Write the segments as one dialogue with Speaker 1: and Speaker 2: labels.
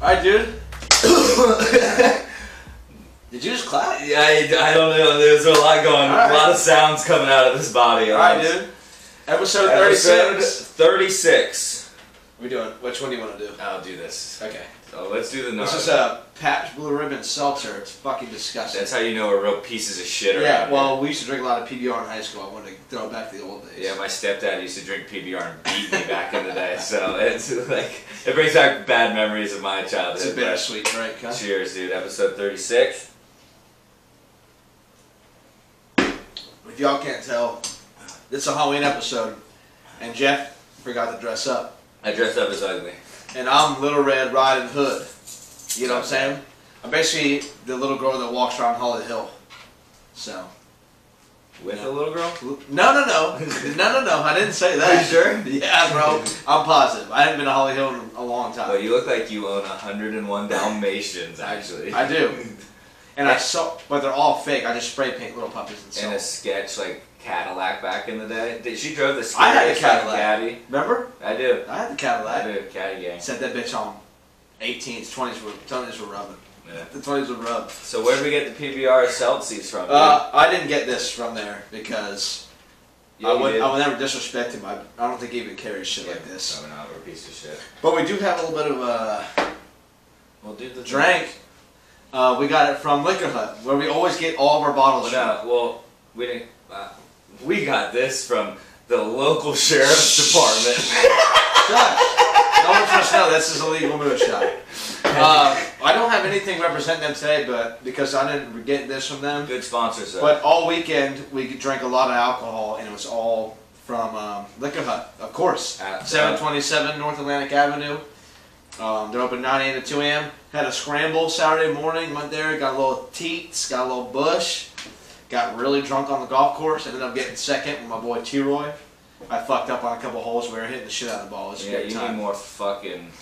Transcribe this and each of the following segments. Speaker 1: Alright, dude.
Speaker 2: Did you just clap?
Speaker 3: Yeah, I, I don't know. There's a lot going.
Speaker 1: All right.
Speaker 3: A lot of sounds coming out of this body.
Speaker 1: Alright, dude. Episode
Speaker 3: Episode
Speaker 1: 36.
Speaker 3: 36.
Speaker 1: We doing? Which one do you want to do?
Speaker 2: I'll do this.
Speaker 1: Okay.
Speaker 3: So let's do the
Speaker 1: This is
Speaker 3: numbers.
Speaker 1: a Patch Blue Ribbon Seltzer. It's fucking disgusting.
Speaker 3: That's how you know we're real pieces of shit around
Speaker 1: yeah,
Speaker 3: here.
Speaker 1: well, we used to drink a lot of PBR in high school. I wanted to throw it back to the old days.
Speaker 3: Yeah, my stepdad used to drink PBR and beat me back in the day, so it's like it brings back bad memories of my
Speaker 1: it's a
Speaker 3: childhood. but-
Speaker 1: bittersweet drink, huh?
Speaker 3: Cheers, dude. Episode 36.
Speaker 1: If y'all can't tell, it's a Halloween episode, and Jeff forgot to dress up.
Speaker 3: I dressed up as ugly.
Speaker 1: and I'm Little Red Riding Hood. You know what I'm saying? I'm basically the little girl that walks around Holly Hill. So
Speaker 3: With a little girl?
Speaker 1: no, no, no, no, no, no. I didn't say that.
Speaker 3: Are you sure?
Speaker 1: Yeah, bro. I'm positive. I haven't been to Holly Hill in a long time.
Speaker 3: Well, you look like you own 101 Dalmatians, actually.
Speaker 1: I do. And I saw, but they're all fake. I just spray paint little puppies and
Speaker 3: in a
Speaker 1: stuff.
Speaker 3: sketch like Cadillac back in the day. Did she drove the
Speaker 1: I had a
Speaker 3: scariest fucking
Speaker 1: Cadillac.
Speaker 3: Caddy.
Speaker 1: Remember?
Speaker 3: I do.
Speaker 1: I had the
Speaker 3: I
Speaker 1: Cadillac.
Speaker 3: do. Caddy gang.
Speaker 1: Set that bitch on. 18s, 20s were 20s were rubbing.
Speaker 3: Yeah.
Speaker 1: The 20s were rubbed.
Speaker 3: So where did we get the PBR Celsius from? dude?
Speaker 1: Uh, I didn't get this from there because
Speaker 3: Yeah,
Speaker 1: I,
Speaker 3: you
Speaker 1: would,
Speaker 3: did.
Speaker 1: I would never disrespect him. I, I don't think he even carries shit
Speaker 3: Yeah,
Speaker 1: like this.
Speaker 3: No, no, we're a piece of shit.
Speaker 1: But we do have a little bit of uh, a
Speaker 3: Well, dude, the
Speaker 1: drink. Uh, we got it from Liquor Hut, where we always get all of our bottles
Speaker 3: Well, Oh, no, well, we didn't. Uh, we got this from the local sheriff's department.
Speaker 1: from. Shut up. No one's gonna know this is a legal move shot. Uh, I don't have anything representing them today, but because I didn't get this from them.
Speaker 3: Good sponsors. though.
Speaker 1: But all weekend we drank a lot of alcohol, and it was all from um, Liquor Hut, of course.
Speaker 3: At-
Speaker 1: 727 North Atlantic Avenue. Um, they're open 9 a.m. to 2 a.m. Had a scramble Saturday morning, went there, got a little teats, got a little bush, got really drunk on the golf course, ended up getting second with my boy T Roy. I fucked up on a couple holes, we were hitting the shit out of the ball. It was a
Speaker 3: yeah,
Speaker 1: great
Speaker 3: you
Speaker 1: time.
Speaker 3: need more fucking.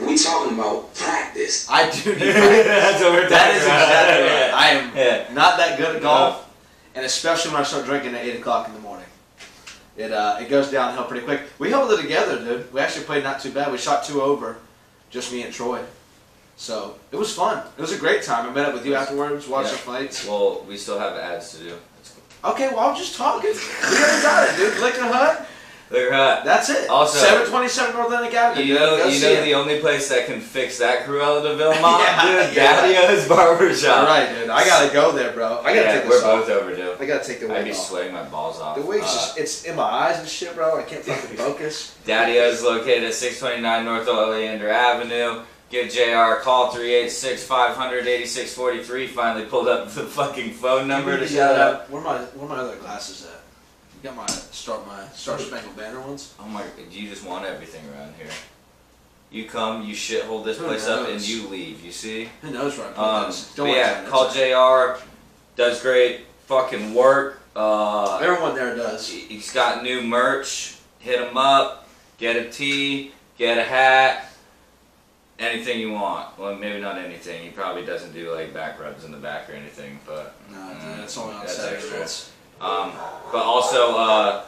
Speaker 2: We talking about practice.
Speaker 1: I do need
Speaker 3: That's what we're
Speaker 1: That
Speaker 3: talking
Speaker 1: is
Speaker 3: about.
Speaker 1: exactly right.
Speaker 3: Yeah.
Speaker 1: I am
Speaker 3: Yeah.
Speaker 1: not that good
Speaker 3: No.
Speaker 1: at golf, and especially when I start drinking at eight o'clock in the morning. It uh, it goes downhill pretty quick. We held it together, dude. We actually played not too bad. We shot two over, just me and Troy. So it was fun. It was a great time. I met up with you afterwards, watched
Speaker 3: Yeah.
Speaker 1: the fights.
Speaker 3: Well, we still have ads to do. That's cool.
Speaker 1: Okay, well I'm just talking. We already got it, dude. Lick the hut.
Speaker 3: Look at that.
Speaker 1: That's it.
Speaker 3: Also-
Speaker 1: 727 North Atlantic Avenue.
Speaker 3: You
Speaker 1: dude.
Speaker 3: know,
Speaker 1: Go
Speaker 3: you
Speaker 1: see
Speaker 3: know
Speaker 1: it.
Speaker 3: the only place that can fix that Cruella de Vil mom,
Speaker 1: Yeah,
Speaker 3: dude.
Speaker 1: yeah.
Speaker 3: Daddy O's barbershop.
Speaker 1: All right, dude. I gotta go there, bro. I gotta
Speaker 3: yeah,
Speaker 1: take
Speaker 3: we're
Speaker 1: this off.
Speaker 3: both overdue.
Speaker 1: I gotta take the
Speaker 3: I'd
Speaker 1: wig
Speaker 3: be
Speaker 1: off.
Speaker 3: sweating my balls off.
Speaker 1: The wig's
Speaker 3: Uh,
Speaker 1: just, it's in my eyes and shit, bro. I can't fucking focus.
Speaker 3: Daddy O's located at 629 North Oleander Avenue. Give JR a call 386 500 8643. Finally pulled up the fucking phone number to shout out.
Speaker 1: uh, Where my where my other glasses at? You got my start my Star Spangled Banner ones.
Speaker 3: Oh my, you just want everything around here. You come, you shithole this
Speaker 1: Who
Speaker 3: place up, and
Speaker 1: knows?
Speaker 3: you leave, you see?
Speaker 1: Who knows where I put
Speaker 3: Um,
Speaker 1: those?
Speaker 3: but
Speaker 1: worry
Speaker 3: yeah,
Speaker 1: about it.
Speaker 3: call JR. Does great fucking work. Uh,
Speaker 1: Everyone there does.
Speaker 3: he- he's got new merch. Hit him up. Get a tee. Get a hat. Anything you want. Well, maybe not anything. He probably doesn't do like back rubs in the back or anything. But
Speaker 1: No,
Speaker 3: Mm,
Speaker 1: dude, that's only on
Speaker 3: that's
Speaker 1: Saturdays.
Speaker 3: extra. um, but also uh,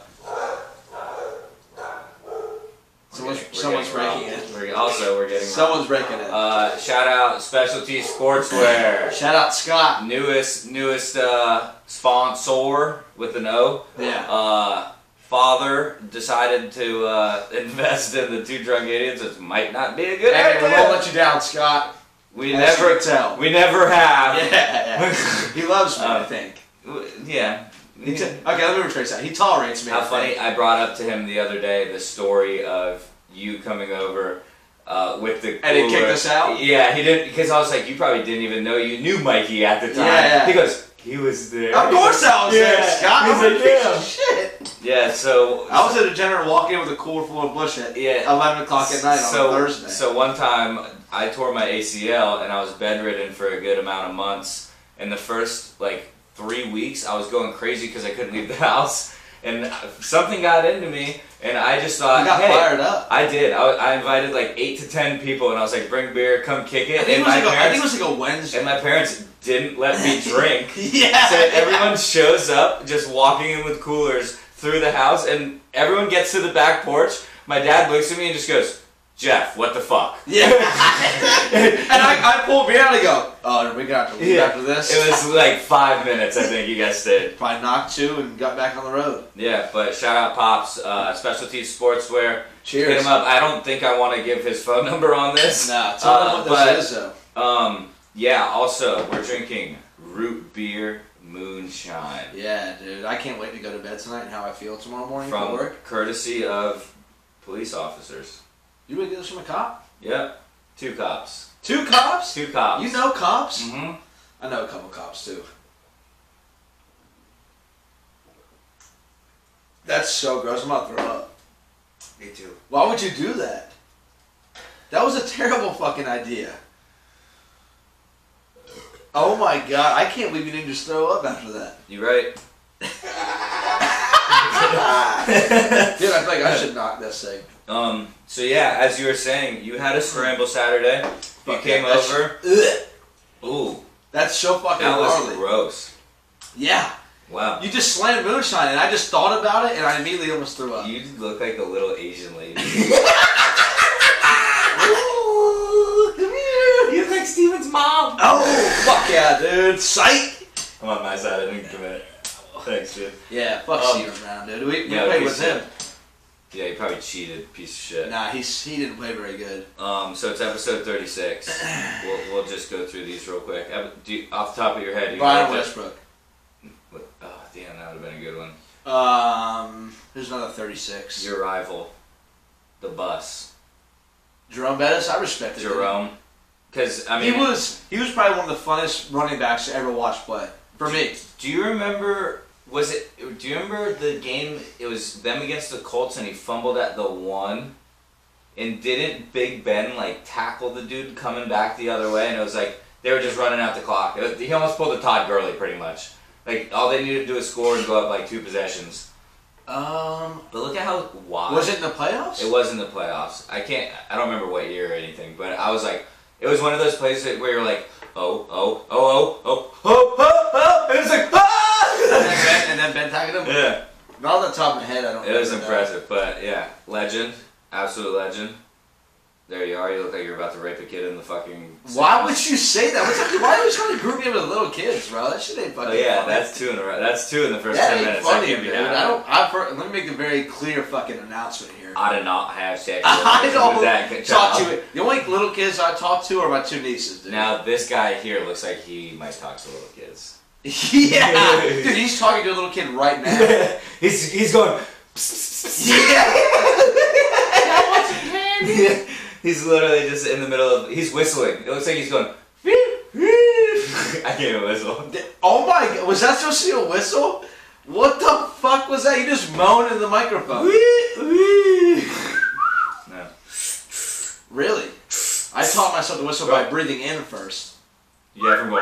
Speaker 1: Someone's
Speaker 3: we're getting- we're
Speaker 1: someone's
Speaker 3: getting
Speaker 1: breaking
Speaker 3: robbed.
Speaker 1: it.
Speaker 3: We're, also, we're getting robbed.
Speaker 1: Someone's breaking it.
Speaker 3: Uh, shout out Specialty Sportswear.
Speaker 1: Shout out Scott.
Speaker 3: newest newest uh, sponsor with an O.
Speaker 1: Yeah.
Speaker 3: Uh, father decided to uh, invest in the two drunk idiots, which might not be a good
Speaker 1: Hey, we won't
Speaker 3: idea.
Speaker 1: let you down, Scott. As
Speaker 3: We
Speaker 1: you
Speaker 3: never
Speaker 1: can tell.
Speaker 3: we never
Speaker 1: Yeah,
Speaker 3: have.
Speaker 1: yeah. He loves me, I
Speaker 3: Uh,
Speaker 1: think.
Speaker 3: Yeah.
Speaker 1: He t- okay, let me rephrase that. He tolerates me.
Speaker 3: How
Speaker 1: I
Speaker 3: funny!
Speaker 1: think.
Speaker 3: I brought up to him the other day the story of you coming over. Uh, with the
Speaker 1: And he kicked
Speaker 3: cooler.
Speaker 1: us out?
Speaker 3: Yeah, he didn't because I was like, you probably didn't even know you knew Mikey at the time.
Speaker 1: Yeah, yeah.
Speaker 3: He goes, he was there.
Speaker 1: Of course I was there,
Speaker 3: Yeah.
Speaker 1: Scott.
Speaker 3: He's
Speaker 1: I'm a
Speaker 3: like,
Speaker 1: piece
Speaker 3: yeah.
Speaker 1: of shit.
Speaker 3: Yeah, so
Speaker 1: I was at a general walk in with a cooler full of bush at
Speaker 3: yeah,
Speaker 1: 11 o'clock at night
Speaker 3: so,
Speaker 1: on a Thursday.
Speaker 3: So one time I tore my ACL and I was bedridden for a good amount of months. And the first like three weeks, I was going crazy because I couldn't leave the house. And something got into me, and I just
Speaker 1: I
Speaker 3: thought,
Speaker 1: got
Speaker 3: hey,
Speaker 1: fired up.
Speaker 3: I did. I, I invited like eight to ten people, and I was like, bring beer, come kick it.
Speaker 1: I think, it
Speaker 3: and
Speaker 1: was like
Speaker 3: my
Speaker 1: a, I think
Speaker 3: parents
Speaker 1: it was like a Wednesday.
Speaker 3: and my parents didn't let me drink.
Speaker 1: yeah.
Speaker 3: So everyone shows up just walking in with coolers through the house, and everyone gets to the back porch. My dad looks at me and just goes, Jeff, what the fuck?
Speaker 1: Yeah. and I, I pulled beer out and I go, oh, we got to leave
Speaker 3: Yeah.
Speaker 1: after this.
Speaker 3: It was like five minutes, I think you guys stayed.
Speaker 1: Probably knocked two and got back on the road.
Speaker 3: Yeah, but shout out Pops, uh, Specialty Sportswear. Hit
Speaker 1: Cheers.
Speaker 3: him up. I don't think I want to give his phone number on this.
Speaker 1: Nah, tell
Speaker 3: Uh,
Speaker 1: them what
Speaker 3: but-
Speaker 1: this is, though.
Speaker 3: Um, yeah, also, we're drinking root beer moonshine.
Speaker 1: Yeah, dude. I can't wait to go to bed tonight and how I feel tomorrow morning for
Speaker 3: from
Speaker 1: work.
Speaker 3: courtesy of police officers.
Speaker 1: You would get this from a cop?
Speaker 3: Yep, two cops.
Speaker 1: Two cops?
Speaker 3: Two cops.
Speaker 1: You know cops?
Speaker 3: hmm
Speaker 1: I know a couple cops, too. That's so gross. I'm about to throw up.
Speaker 3: Me too.
Speaker 1: Why would you do that? That was a terrible fucking idea. Oh my god, I can't believe you didn't just throw up after that.
Speaker 3: You right?
Speaker 1: Dude, I feel like I should knock this thing.
Speaker 3: Um. So yeah, as you were saying, you had a scramble Saturday. You
Speaker 1: Fuck
Speaker 3: came
Speaker 1: that. That's-
Speaker 3: over.
Speaker 1: Ugh,
Speaker 3: Ooh,
Speaker 1: that's so fucking
Speaker 3: that was
Speaker 1: gnarly.
Speaker 3: gross.
Speaker 1: Yeah,
Speaker 3: Wow.
Speaker 1: you just slammed moonshine, and I just thought about it, and I immediately almost threw up.
Speaker 3: You look like a little Asian lady.
Speaker 1: Ooh, come here.
Speaker 3: look like Steven's mom.
Speaker 1: Oh, fuck yeah, dude. Psych.
Speaker 3: I'm on my side. I didn't commit. Thanks, dude.
Speaker 1: Yeah, fuck
Speaker 3: Um,
Speaker 1: Steven Brown, dude. We, we
Speaker 3: yeah,
Speaker 1: played
Speaker 3: we
Speaker 1: with
Speaker 3: said-
Speaker 1: him.
Speaker 3: Yeah, you probably cheated, piece of shit.
Speaker 1: Nah, he's, he didn't play very good.
Speaker 3: Um, so it's episode 36. we'll, we'll just go through these real quick. Ep- Do you, off the top of your head, do you
Speaker 1: Brian
Speaker 3: know what
Speaker 1: Westbrook.
Speaker 3: the- what- Oh, damn, that would have been a good one.
Speaker 1: Um, there's another 36.
Speaker 3: Your rival, the bus,
Speaker 1: Jerome Bettis, I respect him.
Speaker 3: Jerome. Because, I mean,
Speaker 1: he was he was probably one of the funnest running backs to ever watch play for me.
Speaker 3: do you remember, was it, do you remember the game, it was them against the Colts and he fumbled at the one? And didn't Big Ben, like, tackle the dude coming back the other way? And it was like, they were just running out the clock. It was- he almost pulled a Todd Gurley, pretty much. Like, all they needed to do was score and go up, like, two possessions.
Speaker 1: Um,
Speaker 3: But look at how wide.
Speaker 1: was it in the playoffs?
Speaker 3: It was in the playoffs. I can't. I don't remember what year or anything, but I was like, it was one of those plays that- where you're like, oh, oh, oh, oh, oh, oh, oh, oh. It was like,
Speaker 1: and, then
Speaker 3: ah.
Speaker 1: ben, and then Ben tackled him.
Speaker 3: yeah,
Speaker 1: Not off the top of my head, I don't.
Speaker 3: it was
Speaker 1: remember
Speaker 3: impressive. But yeah, legend, absolute legend. There you are. You look like you're about to rape a kid in the fucking.
Speaker 1: That. Why would you say that? What's up, why are you trying to group me with little kids, bro? That shit ain't fucking.
Speaker 3: Oh yeah,
Speaker 1: funny.
Speaker 3: that's two in a row. That's two in the first
Speaker 1: that
Speaker 3: ten
Speaker 1: ain't
Speaker 3: minutes.
Speaker 1: funny,
Speaker 3: I can't be
Speaker 1: dude.
Speaker 3: down.
Speaker 1: I don't. I for, let me make a very clear fucking announcement here.
Speaker 3: I did not have sex
Speaker 1: I
Speaker 3: relations
Speaker 1: don't
Speaker 3: with that
Speaker 1: talk
Speaker 3: child.
Speaker 1: to the only little kids I talk to are my two nieces, dude.
Speaker 3: Now this guy here looks like he might talk to little kids.
Speaker 1: yeah, dude, he's talking to a little kid right now.
Speaker 3: he's he's going. he's literally just in the middle of. He's whistling. It looks like he's going. I can't even whistle.
Speaker 1: Oh my god, was that supposed to be a whistle? What the fuck was that? You just moaned in the microphone.
Speaker 3: No.
Speaker 1: Really? I taught myself to whistle by breathing in first.
Speaker 3: You ever go?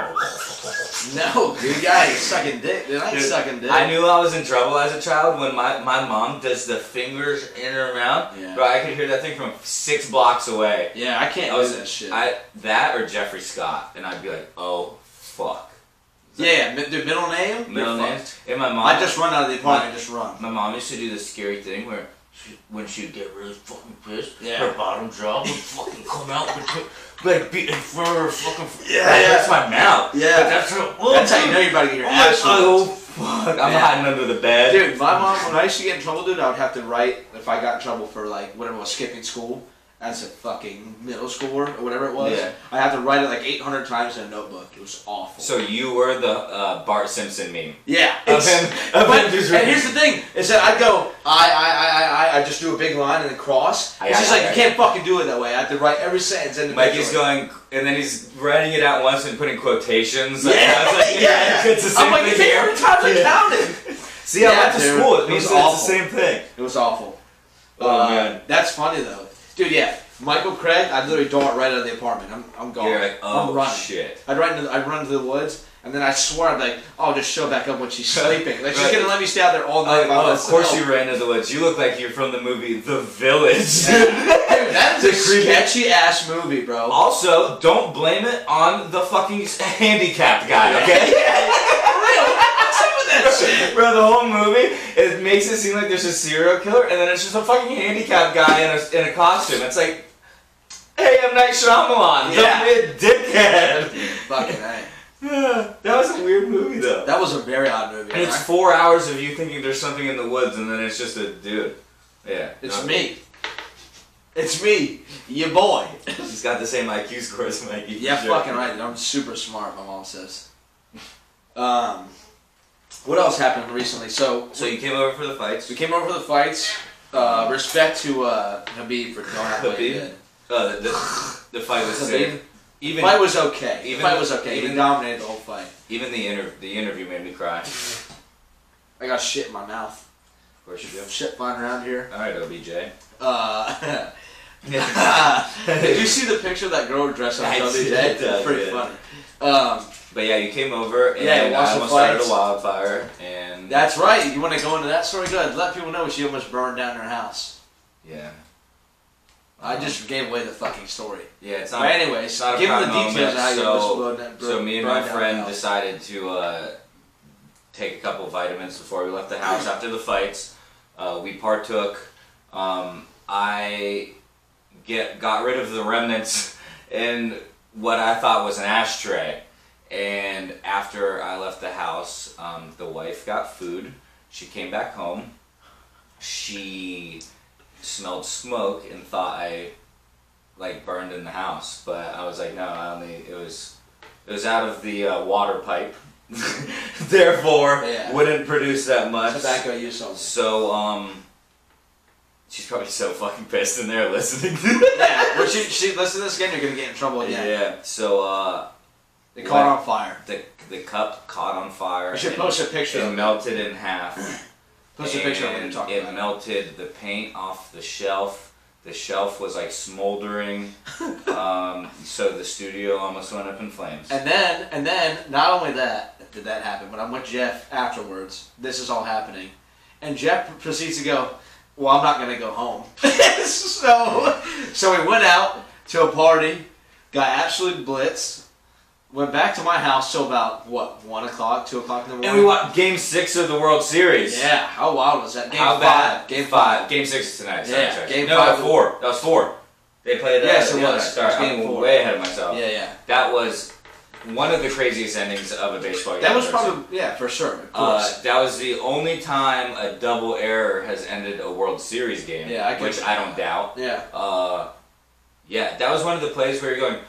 Speaker 1: No, dude, guy, you sucking dick, dude. I ain't
Speaker 3: Dude,
Speaker 1: sucking dick.
Speaker 3: I knew I was in trouble as a child when my, my mom does the fingers in her mouth.
Speaker 1: Yeah.
Speaker 3: Bro, I could hear that thing from six blocks away.
Speaker 1: yeah, I can't
Speaker 3: I was
Speaker 1: do that shit.
Speaker 3: I that or Jeffrey Scott, and I'd be like, oh fuck.
Speaker 1: yeah, mi- dude, middle name? You're
Speaker 3: Middle name.
Speaker 1: fucked.
Speaker 3: And my mom.
Speaker 1: I just run out of the apartment, I just run.
Speaker 3: My mom used to do this scary thing where she, when she'd get really fucking pissed,
Speaker 1: Yeah.
Speaker 3: her bottom jaw would fucking come out between, like be in front of her fucking.
Speaker 1: Yeah,
Speaker 3: like,
Speaker 1: yeah.
Speaker 3: that's my mouth.
Speaker 1: Yeah.
Speaker 3: But that's her. Oh,
Speaker 1: That's how you know you're about to get your
Speaker 3: Oh, my-
Speaker 1: ass
Speaker 3: oh,
Speaker 1: whooped.
Speaker 3: fuck! I'm
Speaker 1: Yeah.
Speaker 3: hiding under the bed.
Speaker 1: Dude, my mom, when I used to get in trouble, dude, I would have to write, if I got in trouble for, like, whatever was skipping school as a fucking middle schooler or whatever it was,
Speaker 3: Yeah.
Speaker 1: I had to write it like 800 times in a notebook. It was awful.
Speaker 3: So you were the uh, Bart Simpson meme.
Speaker 1: yeah.
Speaker 3: Of
Speaker 1: it's-
Speaker 3: him, of
Speaker 1: But,
Speaker 3: him just
Speaker 1: and here's the thing, is that I go, I, I, I, I, I just do a big line and then cross.
Speaker 3: I
Speaker 1: It's
Speaker 3: got
Speaker 1: just
Speaker 3: you,
Speaker 1: like,
Speaker 3: I
Speaker 1: you
Speaker 3: got
Speaker 1: can't fucking do it that way. I have to write every sentence and
Speaker 3: Mikey's going, and then he's writing it out once and putting quotations.
Speaker 1: Yeah,
Speaker 3: I was like,
Speaker 1: yeah.
Speaker 3: it's the same
Speaker 1: I'm like, you
Speaker 3: thing
Speaker 1: can't
Speaker 3: here.
Speaker 1: every time I
Speaker 3: Yeah.
Speaker 1: counted.
Speaker 4: See, I
Speaker 1: Yeah,
Speaker 4: went to
Speaker 1: dude,
Speaker 4: school. It
Speaker 1: it
Speaker 4: means
Speaker 1: was
Speaker 4: that it's
Speaker 1: awful.
Speaker 4: the same thing.
Speaker 1: It was awful.
Speaker 3: Oh,
Speaker 1: uh,
Speaker 3: man.
Speaker 1: That's funny though, dude. Yeah, Michael Craig. I literally dart right out of the apartment. I'm, I'm gone.
Speaker 3: You're like,
Speaker 1: I'm
Speaker 3: oh
Speaker 1: running.
Speaker 3: shit.
Speaker 1: I'd run into the, I'd run into the woods, and then I swear I'd like, oh, just show back up when she's sleeping. Like she's
Speaker 3: Right.
Speaker 1: gonna let me stay out there all night. by
Speaker 3: Oh, of
Speaker 1: myself.
Speaker 3: course you ran into the woods. You look like you're from the movie The Village.
Speaker 1: Dude, that
Speaker 3: The
Speaker 1: is a
Speaker 3: creepy-
Speaker 1: sketchy ass movie, bro.
Speaker 3: Also, don't blame it on the fucking handicapped guy, okay?
Speaker 1: What's up with that shit?
Speaker 3: Bro, the whole movie it makes it seem like there's a serial killer, and then it's just a fucking handicapped guy in a, in a costume. It's like, hey, I'm Night Shyamalan,
Speaker 1: Yeah.
Speaker 3: don't be a dickhead.
Speaker 1: Fucking hey.
Speaker 3: that was a weird movie though.
Speaker 1: That was a very odd movie.
Speaker 3: and it's
Speaker 1: right?
Speaker 3: four hours of you thinking there's something in the woods, and then it's just a dude. Yeah,
Speaker 1: it's
Speaker 3: no.
Speaker 1: me. It's me, your boy.
Speaker 3: He's got the same IQ score as Mikey.
Speaker 1: Yeah,
Speaker 3: for sure.
Speaker 1: fucking right. dude. I'm super smart. My mom says. Um, what else happened recently? So,
Speaker 3: So you came over for the fights.
Speaker 1: we came over for the fights. Uh, respect to uh, Habib for going out
Speaker 3: Habib?
Speaker 1: good.
Speaker 3: Uh, the, the, the fight was
Speaker 1: Habib.
Speaker 3: sick. Even
Speaker 1: fight was okay.
Speaker 3: even-
Speaker 1: fight was okay.
Speaker 3: even-
Speaker 1: he dominated the whole fight.
Speaker 3: Even the inter- the interview made me cry. Of
Speaker 1: I got shit in my mouth.
Speaker 3: course you do.
Speaker 1: Shit flying around here.
Speaker 3: All right, OBJ.
Speaker 1: Uh, did you
Speaker 3: but
Speaker 1: see the picture of that girl dressed up
Speaker 3: I
Speaker 1: the other
Speaker 3: did,
Speaker 1: day?
Speaker 3: I
Speaker 1: Pretty
Speaker 3: did.
Speaker 1: funny. Um,
Speaker 3: yeah, you came over and
Speaker 1: Yeah,
Speaker 3: I
Speaker 1: watch the
Speaker 3: almost started
Speaker 1: fights.
Speaker 3: a wildfire and
Speaker 1: that's right. You want to go into that story? Good. Let people know she almost burned down her house.
Speaker 3: yeah. Uh-huh.
Speaker 1: I just gave away the fucking story.
Speaker 3: yeah, it's
Speaker 1: But
Speaker 3: not.
Speaker 1: anyways,
Speaker 3: it's not a
Speaker 1: give them the
Speaker 3: proud moment,
Speaker 1: details of how you
Speaker 3: so-
Speaker 1: almost blown that
Speaker 3: so me and my
Speaker 1: burned down
Speaker 3: friend
Speaker 1: her house.
Speaker 3: decided to uh, take a couple vitamins before we left the house after the fights. Uh, we partook. Um, I get got rid of the remnants in what I thought was an ashtray. And after I left the house, um, the wife got food. She came back home. She smelled smoke and thought I like burned in the house, but I was like, no, I only it was it was out of the uh, water pipe. Therefore,
Speaker 1: Yeah.
Speaker 3: wouldn't produce that much.
Speaker 1: Tobacco use only.
Speaker 3: So, um, she's probably so fucking pissed in there listening.
Speaker 1: yeah. Well, she, she listen to this again. You're gonna get in trouble
Speaker 3: yeah.
Speaker 1: again.
Speaker 3: So, uh,
Speaker 1: They caught on fire.
Speaker 3: the the cup caught on fire.
Speaker 1: We should
Speaker 3: and
Speaker 1: post a picture.
Speaker 3: It
Speaker 1: of it.
Speaker 3: melted in half.
Speaker 1: Post a picture of what
Speaker 3: and
Speaker 1: you're talking
Speaker 3: It
Speaker 1: about.
Speaker 3: melted the paint off the shelf. The shelf was like smoldering. um, so the studio almost went up in flames.
Speaker 1: And then, and then, not only that did that happen, but I'm with Jeff afterwards. This is all happening, and Jeff proceeds to go. Well, I'm not gonna go home. so, so we went out to a party, got absolutely blitzed. Went back to my house till about what one o'clock, two o'clock in the morning.
Speaker 3: And we watched Game Six of the World Series.
Speaker 1: Yeah, how wild was that? Game
Speaker 3: How
Speaker 1: five.
Speaker 3: bad?
Speaker 1: Game
Speaker 3: five. Game six is tonight. Sorry,
Speaker 1: Yeah,
Speaker 3: sorry.
Speaker 1: game
Speaker 3: no,
Speaker 1: five-
Speaker 3: That four. That was four. They played. Uh,
Speaker 1: Yes, it
Speaker 3: the other
Speaker 1: was.
Speaker 3: night.
Speaker 1: It was
Speaker 3: Sorry,
Speaker 1: game
Speaker 3: I'm
Speaker 1: four.
Speaker 3: way ahead of myself.
Speaker 1: Yeah, yeah.
Speaker 3: That was one of the craziest endings of a baseball game.
Speaker 1: That
Speaker 3: I've
Speaker 1: was
Speaker 3: ever seen.
Speaker 1: probably yeah for sure. Of course.
Speaker 3: Uh, that was the only time a double error has ended a World Series game.
Speaker 1: Yeah, I can-
Speaker 3: which I don't doubt.
Speaker 1: yeah.
Speaker 3: Uh, yeah, that was one of the plays where you're going,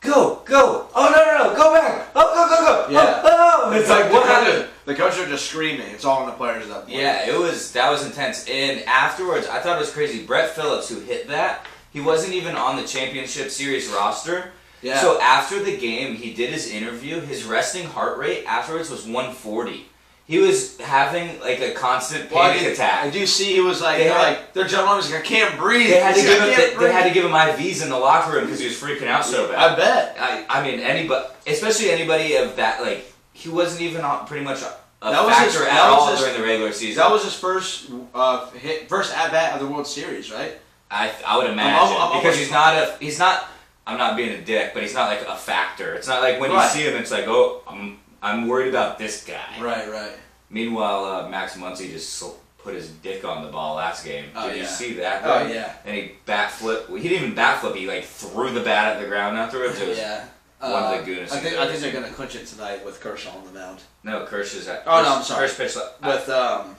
Speaker 3: go, go. Oh no, no, no, go back. Oh, go, go, go.
Speaker 1: Yeah.
Speaker 3: Oh, oh. It's like what
Speaker 1: the coach-
Speaker 3: happened?
Speaker 1: The coaches are just screaming. It's all on the players at that point.
Speaker 3: Yeah, it was that was intense. And afterwards, I thought it was crazy. Brett Phillips, who hit that, he wasn't even on the championship series roster.
Speaker 1: Yeah.
Speaker 3: So after the game, he did his interview. His resting heart rate afterwards was 140. He was having like a constant
Speaker 1: Well, I
Speaker 3: panic
Speaker 1: did- I
Speaker 3: attack.
Speaker 1: do see he was like,
Speaker 3: They
Speaker 1: they are
Speaker 3: had-
Speaker 1: like, their gentleman was like, I can't breathe.
Speaker 3: They had to
Speaker 1: He's
Speaker 3: give
Speaker 1: like,
Speaker 3: him
Speaker 1: "I can't
Speaker 3: they, they had
Speaker 1: breathe."
Speaker 3: to give him IVs in the locker room because he was freaking out so bad.
Speaker 1: I bet.
Speaker 3: I, I mean anybody, especially anybody of that like he wasn't even on, pretty much a
Speaker 1: That was his-
Speaker 3: factor at
Speaker 1: that was
Speaker 3: all
Speaker 1: his-
Speaker 3: during the regular season.
Speaker 1: That was his first uh, hit, first at bat of the World Series, right?
Speaker 3: I, I would imagine
Speaker 1: I'm almost-
Speaker 3: because he's not a he's not I'm not being a dick, but he's not like a factor. It's not like when
Speaker 1: Right.
Speaker 3: you see him, it's like oh I'm I'm worried about this guy.
Speaker 1: Right, right.
Speaker 3: Meanwhile, uh, Max Muncy just sl- put his dick on the ball last game.
Speaker 1: Oh,
Speaker 3: Did you
Speaker 1: yeah.
Speaker 3: see that?
Speaker 1: Oh
Speaker 3: thing?
Speaker 1: yeah,
Speaker 3: And he bat flip. Well, he didn't even bat flip. He like threw the bat at the ground afterwards. It was,
Speaker 1: yeah. Uh,
Speaker 3: one of the goonest
Speaker 1: I
Speaker 3: things
Speaker 1: think
Speaker 3: I've
Speaker 1: I
Speaker 3: ever
Speaker 1: think they're
Speaker 3: seen.
Speaker 1: gonna clinch it tonight with Kershaw on the mound.
Speaker 3: No, Kershaw's at.
Speaker 1: Oh, no, I'm sorry.
Speaker 3: Kersh pitch. le-
Speaker 1: With um,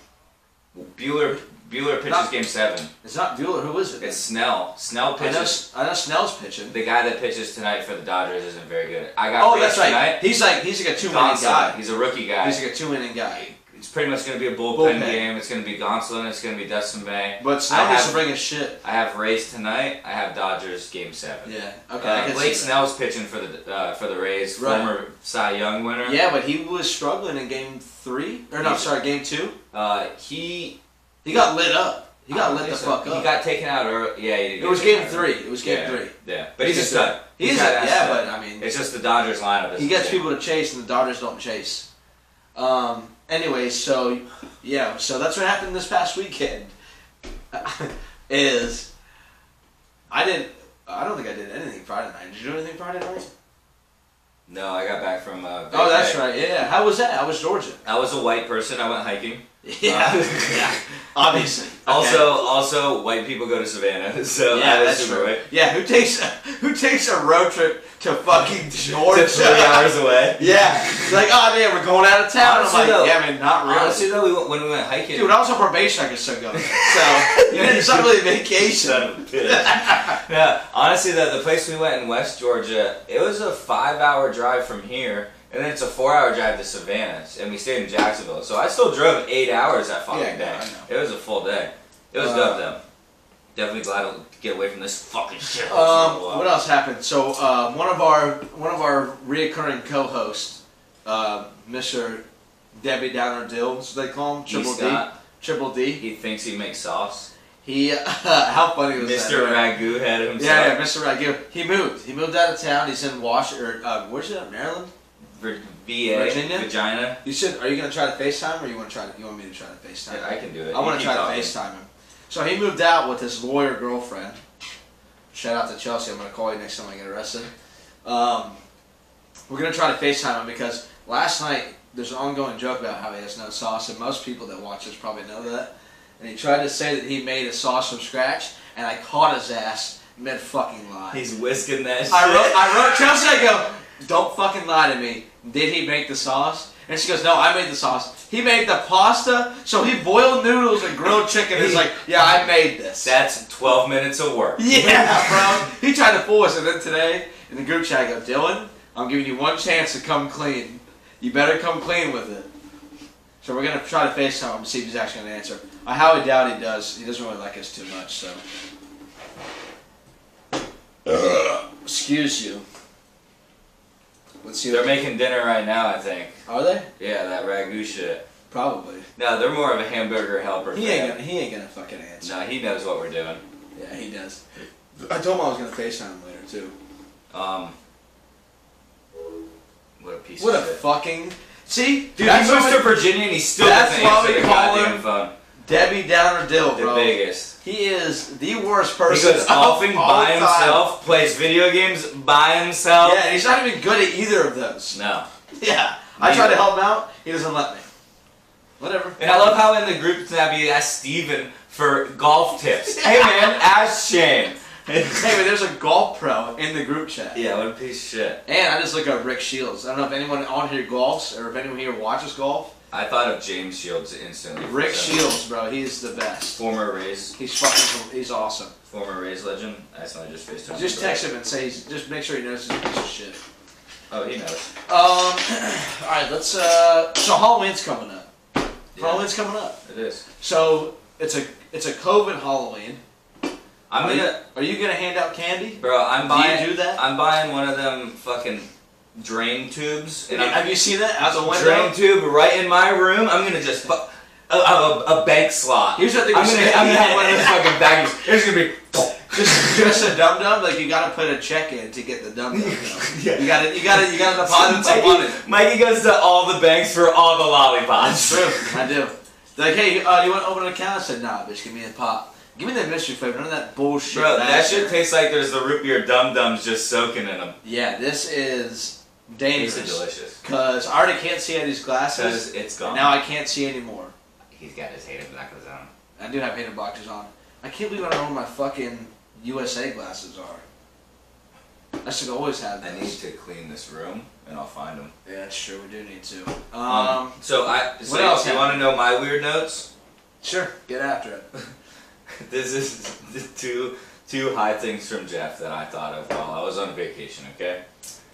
Speaker 3: uh, Bueller Bueller pitches
Speaker 1: Not-
Speaker 3: game seven.
Speaker 1: it's not Bueller. Who is it?
Speaker 3: It's Snell. Snell
Speaker 1: I know.
Speaker 3: pitches.
Speaker 1: I know Snell's pitching.
Speaker 3: The guy that pitches tonight for the Dodgers isn't very good. I got
Speaker 1: Oh,
Speaker 3: Reyes
Speaker 1: that's right.
Speaker 3: tonight.
Speaker 1: He's like he's like a two inning
Speaker 3: Gonsolin.
Speaker 1: guy.
Speaker 3: He's a rookie guy.
Speaker 1: He's like a two inning guy.
Speaker 3: It's pretty much going to be a bullpen,
Speaker 1: Bullpen.
Speaker 3: game. It's going to be Gonsolin. It's going to be Dustin May.
Speaker 1: But
Speaker 3: I
Speaker 1: Snell needs
Speaker 3: have-
Speaker 1: to bring his shit.
Speaker 3: I have Rays tonight. I have Dodgers game seven.
Speaker 1: Yeah.
Speaker 3: Uh,
Speaker 1: Okay. I can
Speaker 3: Blake
Speaker 1: see
Speaker 3: Snell's pitching for the uh, for the Rays,
Speaker 1: Right.
Speaker 3: former Cy Young winner.
Speaker 1: that. Yeah, but he was struggling in game three. Or no,
Speaker 3: Yeah.
Speaker 1: sorry, game two.
Speaker 3: Uh, he
Speaker 1: He got lit up. He
Speaker 3: I
Speaker 1: got
Speaker 3: don't
Speaker 1: lit the
Speaker 3: think so.
Speaker 1: fuck up.
Speaker 3: He got taken out early. Yeah, he did.
Speaker 1: it
Speaker 3: get
Speaker 1: was
Speaker 3: taken
Speaker 1: game
Speaker 3: out
Speaker 1: three. It was game
Speaker 3: Yeah.
Speaker 1: three.
Speaker 3: early. Yeah, but he's a
Speaker 1: He's
Speaker 3: stud.
Speaker 1: He's,
Speaker 3: got
Speaker 1: a,
Speaker 3: that
Speaker 1: yeah,
Speaker 3: stud.
Speaker 1: but I mean,
Speaker 3: it's just the Dodgers lineup. Is
Speaker 1: he gets
Speaker 3: insane.
Speaker 1: people to chase, and the Dodgers don't chase. Um. Anyway, so yeah, so that's what happened this past weekend. is I didn't. I don't think I did anything Friday night. Did you do anything Friday night?
Speaker 3: No, I got back from. Uh,
Speaker 1: Oh, that's
Speaker 3: Vegas.
Speaker 1: right. Yeah. How was that? How was Georgia?
Speaker 3: I was a white person. I went hiking.
Speaker 1: Yeah.
Speaker 3: Uh,
Speaker 1: yeah. Obviously.
Speaker 3: Also,
Speaker 1: Okay.
Speaker 3: also white people go to Savannah, so
Speaker 1: Yeah,
Speaker 3: I was
Speaker 1: that's
Speaker 3: super
Speaker 1: true.
Speaker 3: white.
Speaker 1: Yeah, who takes who takes a road trip to fucking Georgia?
Speaker 3: To three hours away.
Speaker 1: Yeah. It's like, oh man, we're going out of town.
Speaker 3: Honestly,
Speaker 1: I'm like,
Speaker 3: though-
Speaker 1: yeah, man, not really.
Speaker 3: Honestly, though, we went, when we went hiking,
Speaker 1: Dude, when I was on probation, I could still go. So, you know, it's not really vacation.
Speaker 3: Son of a bitch. no, honestly, the, the place we went in West Georgia, it was a five hour drive from here, and then it's a four hour drive to Savannah, and we stayed in Jacksonville. So I still drove eight hours that fucking
Speaker 1: Yeah, I know,
Speaker 3: day.
Speaker 1: I
Speaker 3: It was a full day. It was
Speaker 1: Uh,
Speaker 3: dope, though. Definitely glad to get away from this fucking shit.
Speaker 1: Um, what else happened? So, uh, one of our one of our reoccurring co-hosts, uh, Mr. Debbie Downer Dills, they call him Triple D. Triple D.
Speaker 3: He thinks he makes sauce.
Speaker 1: He, how funny was that?
Speaker 3: Mr. Ragu had himself.
Speaker 1: Yeah, yeah, Mr. Ragu. He moved. He moved out of town. He's in Washington. Uh, where's he at? Maryland.
Speaker 3: Vir- VA,
Speaker 1: Virginia?
Speaker 3: vagina.
Speaker 1: You should. Are you gonna try to Facetime, or you want to try? To, you want me to try to Facetime?
Speaker 3: Yeah, I can do it.
Speaker 1: I want to try to
Speaker 3: face.
Speaker 1: FaceTime him. So he moved out with his lawyer girlfriend. Shout out to Chelsea. I'm going to call you next time I get arrested. Um, we're going to try to FaceTime him because last night there's an ongoing joke about how he has no sauce, and most people that watch this probably know that. And he tried to say that he made a sauce from scratch, and I caught his ass mid fucking lie.
Speaker 3: He's whisking that shit.
Speaker 1: I wrote, I wrote Chelsea. I go, don't fucking lie to me. Did he make the sauce? And she goes, no, I made the sauce. He made the pasta, so he boiled noodles and grilled chicken. He's like, yeah, I made this.
Speaker 3: That's 12 minutes of work.
Speaker 1: yeah, bro. He tried to fool us, and then today in the group chat, I go, Dylan, I'm giving you one chance to come clean. You better come clean with it. So we're gonna try to FaceTime him and see if he's actually gonna answer. I highly doubt he does. He doesn't really like us too much, so. Excuse you. Let's see.
Speaker 3: They're
Speaker 1: What
Speaker 3: making dinner right now, I think.
Speaker 1: Are they?
Speaker 3: Yeah, that ragu shit.
Speaker 1: Probably.
Speaker 3: No, they're more of a hamburger helper.
Speaker 1: He
Speaker 3: fan.
Speaker 1: ain't gonna. He ain't gonna fucking answer.
Speaker 3: No, he knows what we're doing.
Speaker 1: Yeah, he does. I told him I was gonna FaceTime him later too.
Speaker 3: Um, what a piece
Speaker 1: What a
Speaker 3: of shit.
Speaker 1: fucking. See,
Speaker 3: Dude,
Speaker 1: that's
Speaker 3: he moves
Speaker 1: what-
Speaker 3: to Virginia and he still
Speaker 1: That's
Speaker 3: doesn't
Speaker 1: why
Speaker 3: answer
Speaker 1: we
Speaker 3: the
Speaker 1: call him
Speaker 3: goddamn phone.
Speaker 1: Debbie Downer Dill,
Speaker 3: The
Speaker 1: bro.
Speaker 3: biggest.
Speaker 1: He is the worst
Speaker 3: He
Speaker 1: person.
Speaker 3: goes golfing
Speaker 1: of all
Speaker 3: by
Speaker 1: time.
Speaker 3: himself, plays video games by himself.
Speaker 1: Yeah, and he's not even good at either of those.
Speaker 3: No.
Speaker 1: Yeah, I try to
Speaker 3: Neither.
Speaker 1: help him out. He doesn't let me. Whatever.
Speaker 3: And I love how in the group snap he asked Steven for golf tips. Hey man, ask Shane.
Speaker 1: Anyway, there's a golf pro in the group chat.
Speaker 3: yeah, what a piece of shit.
Speaker 1: And I just look up Rick Shields. I don't know if anyone on here golfs or if anyone here watches golf.
Speaker 3: I thought of James Shields instantly.
Speaker 1: Rick
Speaker 3: So,
Speaker 1: Shields, bro, he's the best.
Speaker 3: Former Rays
Speaker 1: He's fucking, he's awesome.
Speaker 3: Former Rays legend. That's not just FaceTime.
Speaker 1: Just text him and say, he's, just make sure he knows he's a piece of shit.
Speaker 3: Oh, he knows.
Speaker 1: Um, all right, let's. Uh, so Halloween's coming up.
Speaker 3: Yeah.
Speaker 1: Halloween's coming up.
Speaker 3: It is.
Speaker 1: So it's a it's a COVID Halloween.
Speaker 3: I'm
Speaker 1: are, you,
Speaker 3: gonna,
Speaker 1: are you gonna hand out candy?
Speaker 3: bro. I'm
Speaker 1: Do you
Speaker 3: buying.
Speaker 1: do that?
Speaker 3: I'm buying one of them fucking drain tubes, and I'm
Speaker 1: Have you seen that out the
Speaker 3: drain
Speaker 1: window?
Speaker 3: tube right in my room. I'm gonna just fu- a, a, a bank slot.
Speaker 1: Here's what
Speaker 3: I'm
Speaker 1: they
Speaker 3: gonna,
Speaker 1: were saying.
Speaker 3: I'm gonna have one of those fucking baggies. It's gonna be.
Speaker 1: Just just a dum dum. Like you gotta put a check in to get the dum dum.
Speaker 3: Yeah.
Speaker 1: You gotta you gotta you gotta deposit some money.
Speaker 3: Mikey goes to all the banks for all the lollipops.
Speaker 1: True, I do. They're like, hey, uh, you want to open an account? I said, nah, bitch, give me a pop. Give me that mystery flavor, none of that bullshit.
Speaker 3: Bro, that
Speaker 1: last
Speaker 3: shit
Speaker 1: year.
Speaker 3: tastes like there's the root beer dum dums just soaking in them.
Speaker 1: Yeah, this is
Speaker 3: Tastes
Speaker 1: dangerous.
Speaker 3: delicious.
Speaker 1: Cause I already can't see out of these glasses,
Speaker 3: Because it's
Speaker 1: and
Speaker 3: gone.
Speaker 1: now I can't see anymore.
Speaker 3: He's got his hated knuckles on.
Speaker 1: I do have hater boxes on. I can't believe I don't know where my fucking USA glasses are. I should always have
Speaker 3: I
Speaker 1: those.
Speaker 3: need to clean this room, and I'll find them.
Speaker 1: Yeah, that's true. We do need to. Um,
Speaker 3: so I. So
Speaker 1: what else
Speaker 3: You want to know my weird notes?
Speaker 1: sure. Get after it.
Speaker 3: This is the two two high things from Jeff that I thought of while I was on vacation. Okay.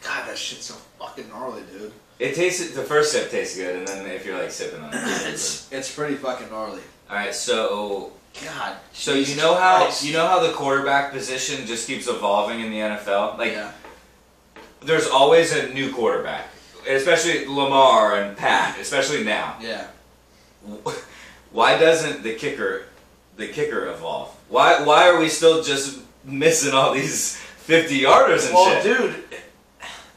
Speaker 1: God, that shit's so fucking gnarly, dude.
Speaker 3: It tastes. The first sip tastes good, and then if you're like sipping on it, it's
Speaker 1: it's it's pretty fucking gnarly.
Speaker 3: good. all right. So
Speaker 1: God.
Speaker 3: So
Speaker 1: Jesus
Speaker 3: you know how
Speaker 1: Christ.
Speaker 3: you know how the quarterback position just keeps evolving in the NFL. Like
Speaker 1: yeah.
Speaker 3: there's always a new quarterback, especially Lamar and Pat, especially now.
Speaker 1: Yeah.
Speaker 3: Why doesn't the kicker the kicker evolve? Why why are we still just missing all these 50 yarders and
Speaker 1: Well,
Speaker 3: shit?
Speaker 1: dude,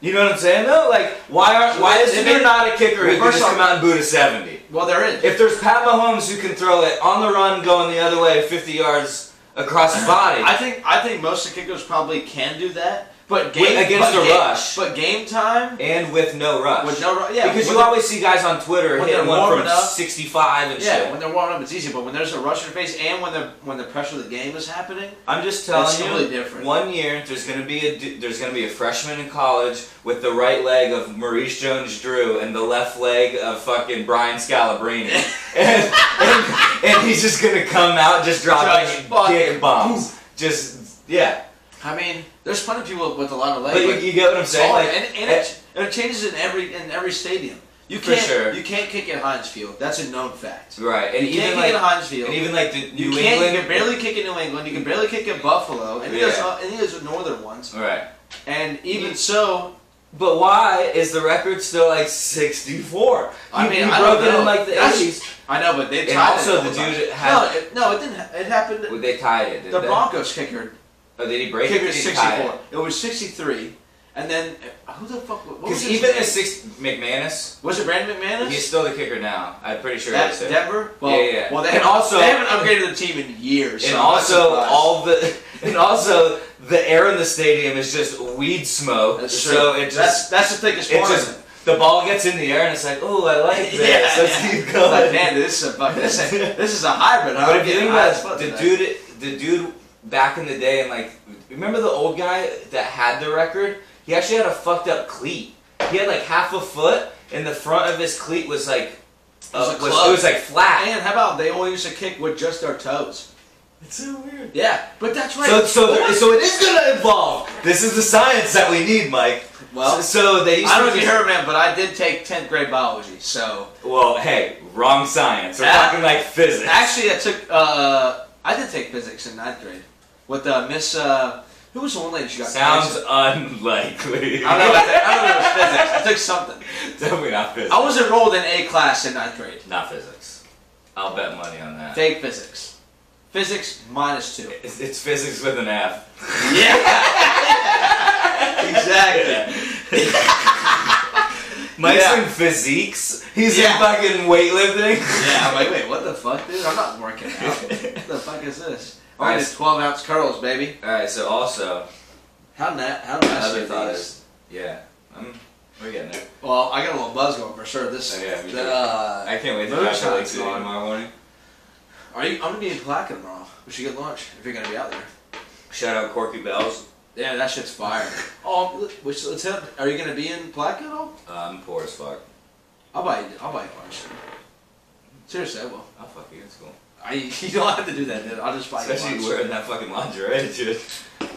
Speaker 3: You know what I'm saying though? Like why aren't why
Speaker 1: Well,
Speaker 3: is
Speaker 1: if
Speaker 3: there
Speaker 1: it-
Speaker 3: not a kicker
Speaker 1: well,
Speaker 3: who can
Speaker 1: first
Speaker 3: just
Speaker 1: off-
Speaker 3: come out and boot a 70?
Speaker 1: well there is.
Speaker 3: If there's Pat Mahomes who can throw it on the run going the other way 50 yards across the body.
Speaker 1: I think I think most of the kickers probably can do that, but
Speaker 3: With-
Speaker 1: game
Speaker 3: against
Speaker 1: but
Speaker 3: the
Speaker 1: game-
Speaker 3: rush.
Speaker 1: but game time
Speaker 3: and with no rush.
Speaker 1: with no ru- yeah
Speaker 3: because
Speaker 1: when
Speaker 3: you
Speaker 1: the-
Speaker 3: always see guys on Twitter
Speaker 1: when
Speaker 3: hitting
Speaker 1: they're
Speaker 3: one
Speaker 1: warming
Speaker 3: from
Speaker 1: up.
Speaker 3: 65 and
Speaker 1: yeah
Speaker 3: shit.
Speaker 1: when they're warming up it's easy, but when there's a rush in your face and when the when the pressure of the game is happening,
Speaker 3: I'm just
Speaker 1: That's
Speaker 3: telling you,
Speaker 1: totally different.
Speaker 3: one year there's gonna be a du- there's gonna be a freshman in college with the right leg of Maurice Jones-Drew and the left leg of fucking Brian Scalabrine, and, and, and he's just gonna come out just
Speaker 1: Just
Speaker 3: dropping
Speaker 1: fucking
Speaker 3: dick bombs, just yeah.
Speaker 1: I mean there's plenty of people with a lot of
Speaker 3: But
Speaker 1: legs.
Speaker 3: you, you get what I'm saying? Like,
Speaker 1: and, and,
Speaker 3: eh,
Speaker 1: it, and it changes in every in every stadium. You
Speaker 3: For
Speaker 1: can't
Speaker 3: sure.
Speaker 1: you can't kick at Heinz Field. That's a known fact.
Speaker 3: right, and
Speaker 1: You can't
Speaker 3: even
Speaker 1: kick at
Speaker 3: like
Speaker 1: Heinz Field.
Speaker 3: and even like the
Speaker 1: you
Speaker 3: New
Speaker 1: can't. You
Speaker 3: England,
Speaker 1: can barely kick in New England. You can barely kick in Buffalo. Any of those
Speaker 3: Yeah.
Speaker 1: any of those northern ones.
Speaker 3: right.
Speaker 1: And even
Speaker 3: You-
Speaker 1: so,
Speaker 3: But why is the record still like 64?
Speaker 1: I
Speaker 3: You-
Speaker 1: mean,
Speaker 3: you
Speaker 1: I
Speaker 3: broke
Speaker 1: don't
Speaker 3: it in
Speaker 1: know.
Speaker 3: like the
Speaker 1: That's-
Speaker 3: 80s.
Speaker 1: I know, but they
Speaker 3: And
Speaker 1: tried. it a
Speaker 3: also the
Speaker 1: couple
Speaker 3: dude
Speaker 1: times.
Speaker 3: had-
Speaker 1: No, it, no, it didn't. ha- It happened.
Speaker 3: Well, they tied it. Did
Speaker 1: The
Speaker 3: they?
Speaker 1: Broncos kicker
Speaker 3: Oh, did he break
Speaker 1: kicked
Speaker 3: it?
Speaker 1: it
Speaker 3: Did he tie it?
Speaker 1: sixty-four. It was sixty-three, and then uh, who the fuck? What was
Speaker 3: Because
Speaker 1: his
Speaker 3: even
Speaker 1: name?
Speaker 3: at six, McManus,
Speaker 1: was it Brandon McManus?
Speaker 3: he's still the kicker now. I'm pretty sure
Speaker 1: That-
Speaker 3: that's it.
Speaker 1: Denver. Well,
Speaker 3: Yeah, yeah.
Speaker 1: Well, they
Speaker 3: And
Speaker 1: haven't,
Speaker 3: also-
Speaker 1: they haven't upgraded the team in years.
Speaker 3: And
Speaker 1: so I'm not
Speaker 3: also
Speaker 1: surprised.
Speaker 3: all the and also the air in the stadium is just weed smoke.
Speaker 1: That's true.
Speaker 3: so it just
Speaker 1: that's, that's the thickest
Speaker 3: it
Speaker 1: part. of
Speaker 3: just the ball gets in the air and it's like, oh, I like this.
Speaker 1: Yeah,
Speaker 3: Let's
Speaker 1: yeah.
Speaker 3: keep
Speaker 1: Like,
Speaker 3: going.
Speaker 1: man, this is a fucking, this, is a- this is a hybrid. huh?
Speaker 3: But if you think
Speaker 1: Yeah,
Speaker 3: about it, the dude, the dude back in the day, and like, remember the old guy that had the record? He actually had a fucked up cleat. He had like half a foot, and the front of his cleat was like,
Speaker 1: was
Speaker 3: uh,
Speaker 1: a
Speaker 3: was,
Speaker 1: club.
Speaker 3: it was like flat.
Speaker 1: And how about they only used to kick with just their toes?
Speaker 3: It's so weird.
Speaker 1: Yeah, but that's right.
Speaker 3: So, so, there-
Speaker 1: What?
Speaker 3: so it is gonna evolve. This is the science that we need, Mike.
Speaker 1: well,
Speaker 3: so, so they used
Speaker 1: I don't
Speaker 3: to
Speaker 1: know if you
Speaker 3: just-
Speaker 1: heard, man, but I did take tenth grade biology. So
Speaker 3: Well, hey, wrong science. We're
Speaker 1: Ah.
Speaker 3: talking like physics.
Speaker 1: actually, I took uh, I did take physics in ninth grade with uh, Miss uh, who was the one lady she got
Speaker 3: sounds
Speaker 1: cancer?
Speaker 3: unlikely.
Speaker 1: I don't know. About that. I don't know. If it was physics. I took something.
Speaker 3: Definitely not physics.
Speaker 1: I was enrolled in a class in ninth grade.
Speaker 3: Not physics. I'll bet money on that.
Speaker 1: Fake physics. Physics minus two.
Speaker 3: It's, it's physics with an F.
Speaker 1: Yeah. exactly.
Speaker 3: Mike's
Speaker 1: Yeah.
Speaker 3: in physiques. He's
Speaker 1: Yeah.
Speaker 3: in fucking weightlifting.
Speaker 1: Yeah, I'm like, wait, what the fuck, dude? I'm not working out. What the fuck is this? I
Speaker 3: Nice.
Speaker 1: need 12 ounce curls, baby.
Speaker 3: All right. So also
Speaker 1: How na- how nice
Speaker 3: another
Speaker 1: are
Speaker 3: thought
Speaker 1: these?
Speaker 3: is, yeah, I'm, we're getting there.
Speaker 1: Well, I got a little buzz going for sure. This.
Speaker 3: Oh, yeah, me
Speaker 1: the,
Speaker 3: too.
Speaker 1: uh,
Speaker 3: I can't wait to drive
Speaker 1: Moonshine's
Speaker 3: to Lake City
Speaker 1: gone.
Speaker 3: tomorrow morning.
Speaker 1: are you? I'm gonna be in Palaca tomorrow. We should get lunch if you're gonna be out there.
Speaker 3: Shout out Corky Bells.
Speaker 1: Yeah, that shit's fire. oh, l- which let's hit. Are you gonna be in Palaca at all?
Speaker 3: Uh, I'm poor as fuck.
Speaker 1: I'll buy. You, I'll buy you lunch. Seriously, I will.
Speaker 3: I'll fuck you. It's cool.
Speaker 1: I, you don't have to do that, dude. I'll just buy
Speaker 3: Especially
Speaker 1: you lunch.
Speaker 3: wearing that fucking lingerie, dude.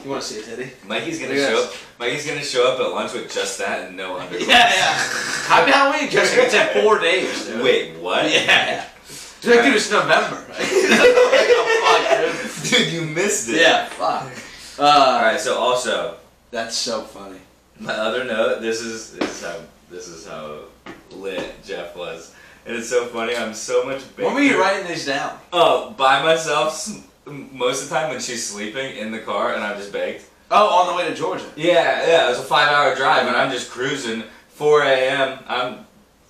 Speaker 1: You want to see a titty?
Speaker 3: Mikey's gonna
Speaker 1: Look at
Speaker 3: show up.
Speaker 1: this.
Speaker 3: Mikey's gonna show up at lunch with just that and no underwear.
Speaker 1: Yeah, yeah. Happy Halloween, Jessica. It's in four days. Dude.
Speaker 3: Wait, what?
Speaker 1: Yeah. Dude, like, dude, it's November. Like, fuck,
Speaker 3: Dude, you missed
Speaker 1: dude.
Speaker 3: it.
Speaker 1: Yeah, fuck. Uh,
Speaker 3: All right. So also.
Speaker 1: That's so funny.
Speaker 3: My other note, this is this is how this is how lit Jeff was. And it's so funny, I'm so much bigger.
Speaker 1: When were you writing these down?
Speaker 3: Oh, by myself s- most of the time when she's sleeping in the car and I'm just baked.
Speaker 1: Oh, on the way to Georgia.
Speaker 3: Yeah, yeah, it was a five hour drive and I'm just cruising, four AM, I'm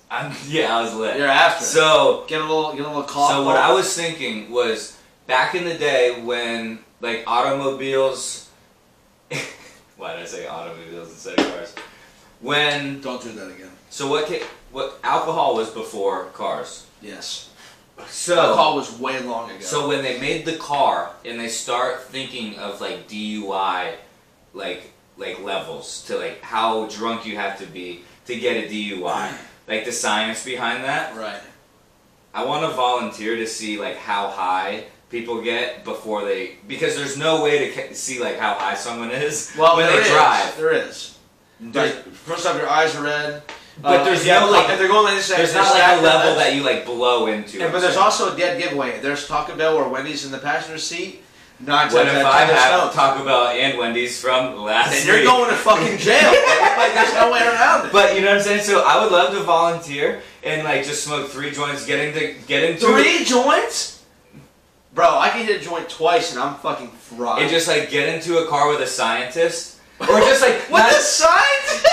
Speaker 3: I'm yeah, I was lit.
Speaker 1: You're after. So,
Speaker 3: So
Speaker 1: get a little, get a little cough.
Speaker 3: So what I was thinking was back in the day when like automobiles. why did I say automobiles instead of cars? When
Speaker 1: Don't do that again.
Speaker 3: so what ca- what alcohol was before cars.
Speaker 1: Yes. the
Speaker 3: So
Speaker 1: call was way long ago.
Speaker 3: so when they made the car and they start thinking of like DUI, like like levels to like how drunk you have to be to get a DUI, like the science behind that.
Speaker 1: right.
Speaker 3: I want to volunteer to see like how high people get before they because there's no way to ca- see like how high someone is
Speaker 1: Well,
Speaker 3: when
Speaker 1: there
Speaker 3: they
Speaker 1: is.
Speaker 3: drive.
Speaker 1: There is. Like, first off, your eyes are red. Uh,
Speaker 3: But there's no, like-
Speaker 1: if they're going like this,
Speaker 3: There's not like a level that you like blow into.
Speaker 1: Yeah, but
Speaker 3: I'm
Speaker 1: there's
Speaker 3: saying.
Speaker 1: also a dead giveaway. If There's Taco Bell or Wendy's in the passenger seat. Nine times
Speaker 3: What
Speaker 1: out
Speaker 3: if
Speaker 1: of
Speaker 3: I
Speaker 1: ten, there's
Speaker 3: have
Speaker 1: no.
Speaker 3: Taco Bell and Wendy's from last
Speaker 1: Then you're
Speaker 3: week?
Speaker 1: going to fucking jail. man. like there's no way around it.
Speaker 3: But you know what I'm saying? So I would love to volunteer and like just smoke three joints, get into get into
Speaker 1: Three joints, bro. I can hit a joint twice and I'm fucking fried.
Speaker 3: and just like get into a car with a scientist. Or just like
Speaker 1: what
Speaker 3: not-
Speaker 1: the science?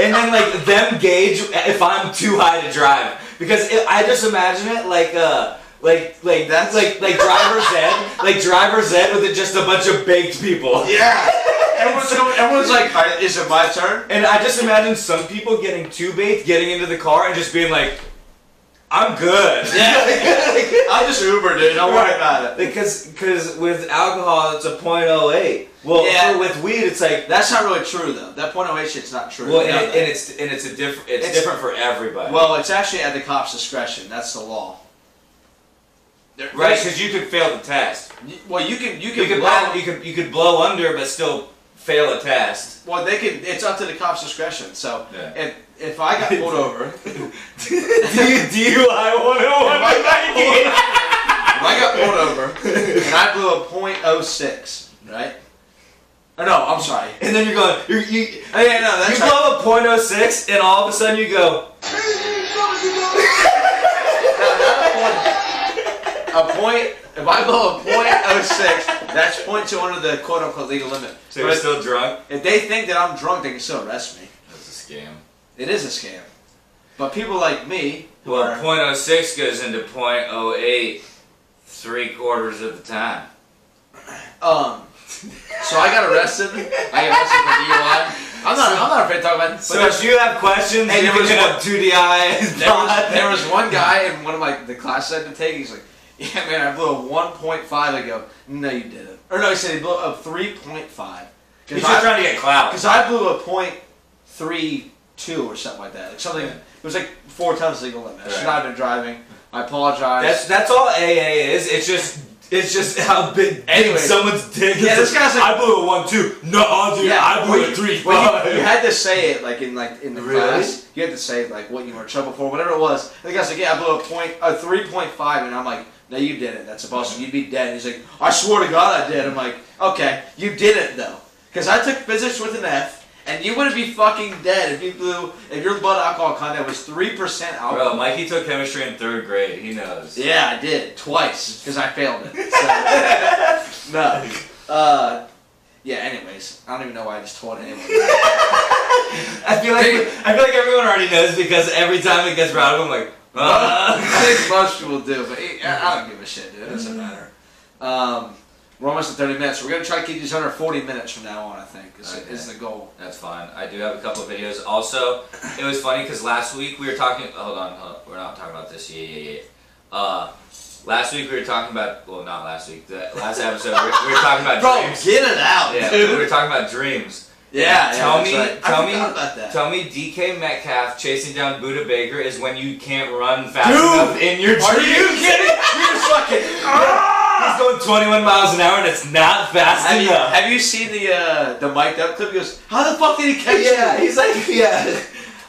Speaker 3: and then like them gauge if I'm too high to drive because it, I just imagine it like uh like like
Speaker 1: That's-
Speaker 3: like like driver's ed like driver's ed with it just a bunch of baked people
Speaker 1: yeah. Everyone's, going, everyone's like, "All right, is it my turn?
Speaker 3: and I just imagine some people getting too baked getting into the car and just being like I'm good
Speaker 1: Yeah. I'll just Uber, dude. Don't worry about it.
Speaker 3: because because with alcohol it's a .08 well
Speaker 1: Yeah.
Speaker 3: for- with weed it's like
Speaker 1: That's not really true though. That point oh eight shit's not true.
Speaker 3: well and,
Speaker 1: No.
Speaker 3: it, and it's and it's a different it's,
Speaker 1: It's-
Speaker 3: different for everybody
Speaker 1: Well, it's actually at the cop's discretion. That's the law. There-
Speaker 3: right because you could fail the test.
Speaker 1: there's- Well, you can you
Speaker 3: You
Speaker 1: can
Speaker 3: could
Speaker 1: blow-
Speaker 3: blow, you could you could blow under, but still fail a test.
Speaker 1: Well, they can. It's up to the cop's discretion. So
Speaker 3: Yeah.
Speaker 1: if if I got pulled over, if
Speaker 3: DUI 101
Speaker 1: by I got pulled over and I blew a point oh six, right? Or no, I'm sorry.
Speaker 3: And then you're going, you're, you
Speaker 1: Oh, yeah, no, that's
Speaker 3: you blow a .06, and all of a sudden you go,
Speaker 1: a point. If I blow a point oh six, that's point two under the quote unquote legal limit.
Speaker 3: so
Speaker 1: But
Speaker 3: you're still drunk.
Speaker 1: if they think that I'm drunk, they can still arrest me.
Speaker 3: That's a scam.
Speaker 1: It is a scam. But people like me, who
Speaker 3: Well,
Speaker 1: are
Speaker 3: .06 goes into .08 three quarters of the time.
Speaker 1: Um, so I got arrested. I got arrested for DUI. I'm not. I'm not afraid to talk about it. But
Speaker 3: So
Speaker 1: there's-
Speaker 3: if you have questions,
Speaker 1: Hey,
Speaker 3: you
Speaker 1: there
Speaker 3: can
Speaker 1: was
Speaker 3: hit
Speaker 1: one-
Speaker 3: up 2DI.
Speaker 1: there was, there was one guy in one of my the classes I had to take. He's like, "Yeah, man, I blew a 1.5." I go, "No, you didn't." Or no, he said he blew a 3.5.
Speaker 3: He's
Speaker 1: Because
Speaker 3: just
Speaker 1: I,
Speaker 3: trying to get clout.
Speaker 1: 'cause I blew a point three two or something like that. Like something. It was like four times legal limit. I
Speaker 3: Right.
Speaker 1: should not have been driving. I apologize.
Speaker 3: That's that's all AA is. It's just it's just how big
Speaker 1: Anyway.
Speaker 3: someone's dick.
Speaker 1: Yeah,
Speaker 3: is.
Speaker 1: this guy's like-
Speaker 3: I blew a one two. No, dude, I blew
Speaker 1: well,
Speaker 3: a three
Speaker 1: well,
Speaker 3: five.
Speaker 1: you, you had to say it like in like in the
Speaker 3: Really?
Speaker 1: class. You had to say like what you were in trouble for, whatever it was. And the guy's like, "Yeah, I blew a point, a three point five, and I'm like, "No, you didn't. That's impossible. You'd be dead." And he's like, "I swear to God, I did." I'm like, "Okay, you didn't though, because I took physics with an F, and you wouldn't be fucking dead if you blew if your blood alcohol content was three percent alcohol."
Speaker 3: Bro, Mikey took chemistry in third grade. He knows.
Speaker 1: Yeah, I did twice because I failed it. So. no. Uh, yeah. Anyways, I don't even know why I just told anyone.
Speaker 3: I feel like I feel like everyone already knows because every time it gets brought up, I'm like,
Speaker 1: I
Speaker 3: uh. Mm.
Speaker 1: think most people do, but it, I I don't give a shit, dude. It doesn't matter. Um, we're almost at 30 minutes. We're going to try to keep these under 40 minutes from now on, I think, is, is the goal.
Speaker 3: That's fine. I do have a couple of videos. Also, it was funny because last week we were talking. Hold on, hold on. we're not talking about this. Yeah, yeah, yeah. Uh, last week we were talking about. Well, not last week. The last episode we we were talking about
Speaker 1: Bro,
Speaker 3: dreams.
Speaker 1: get it out,
Speaker 3: Yeah, we
Speaker 1: dude.
Speaker 3: were talking about dreams.
Speaker 1: Yeah,
Speaker 3: Tell
Speaker 1: that's
Speaker 3: me-
Speaker 1: right.
Speaker 3: tell
Speaker 1: I
Speaker 3: me-
Speaker 1: forgot about that.
Speaker 3: Tell me, DK Metcalf chasing down Buda Baker is when you can't run fast
Speaker 1: Dude,
Speaker 3: enough in your
Speaker 1: Are
Speaker 3: dreams.
Speaker 1: you kidding? Ah! You're fucking.
Speaker 3: He's going 21 miles an hour and it's not fast
Speaker 1: Have you,
Speaker 3: enough.
Speaker 1: have you seen the uh, the mic'd up clip? He goes, "How the fuck did he catch that?"
Speaker 3: he's like, yeah.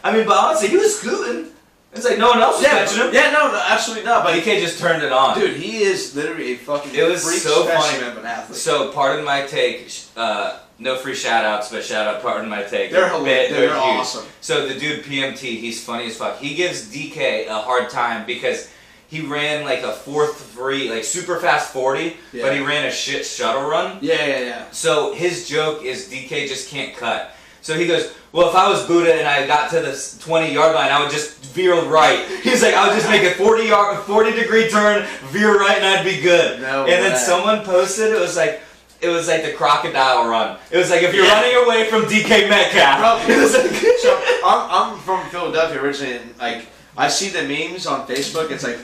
Speaker 3: I mean, but honestly, he was scooting. It's like no one else was catching
Speaker 1: yeah,
Speaker 3: him.
Speaker 1: yeah, no, no, absolutely not. But he,
Speaker 3: DK just turned it on.
Speaker 1: dude, he is literally a fucking
Speaker 3: It was
Speaker 1: freak
Speaker 3: so funny.
Speaker 1: specimen of an athlete.
Speaker 3: So, pardon my take. sh- Uh, no free shout outs, but shout out, pardon my take.
Speaker 1: they're
Speaker 3: Bit-
Speaker 1: hilarious.
Speaker 3: they're
Speaker 1: They're
Speaker 3: huge.
Speaker 1: awesome.
Speaker 3: So the dude PMT, he's funny as fuck. He gives DK a hard time because he ran like a four three, like super fast forty,
Speaker 1: Yeah.
Speaker 3: but he ran a shit shuttle run.
Speaker 1: Yeah, yeah, yeah.
Speaker 3: So his joke is DK just can't cut. So he goes, well, if I was Buddha and I got to the s- 20 yard line, I would just veer right. He's like, I would just make a 40 yard, 40 degree turn, veer right, and I'd be good.
Speaker 1: No
Speaker 3: and then
Speaker 1: way.
Speaker 3: someone posted, it was like, it was like the crocodile run. It was like if you're
Speaker 1: Yeah.
Speaker 3: running away from DK Metcalf.
Speaker 1: Bro,
Speaker 3: It was like-
Speaker 1: so I'm, I'm from Philadelphia originally, and like I see the memes on Facebook. It's like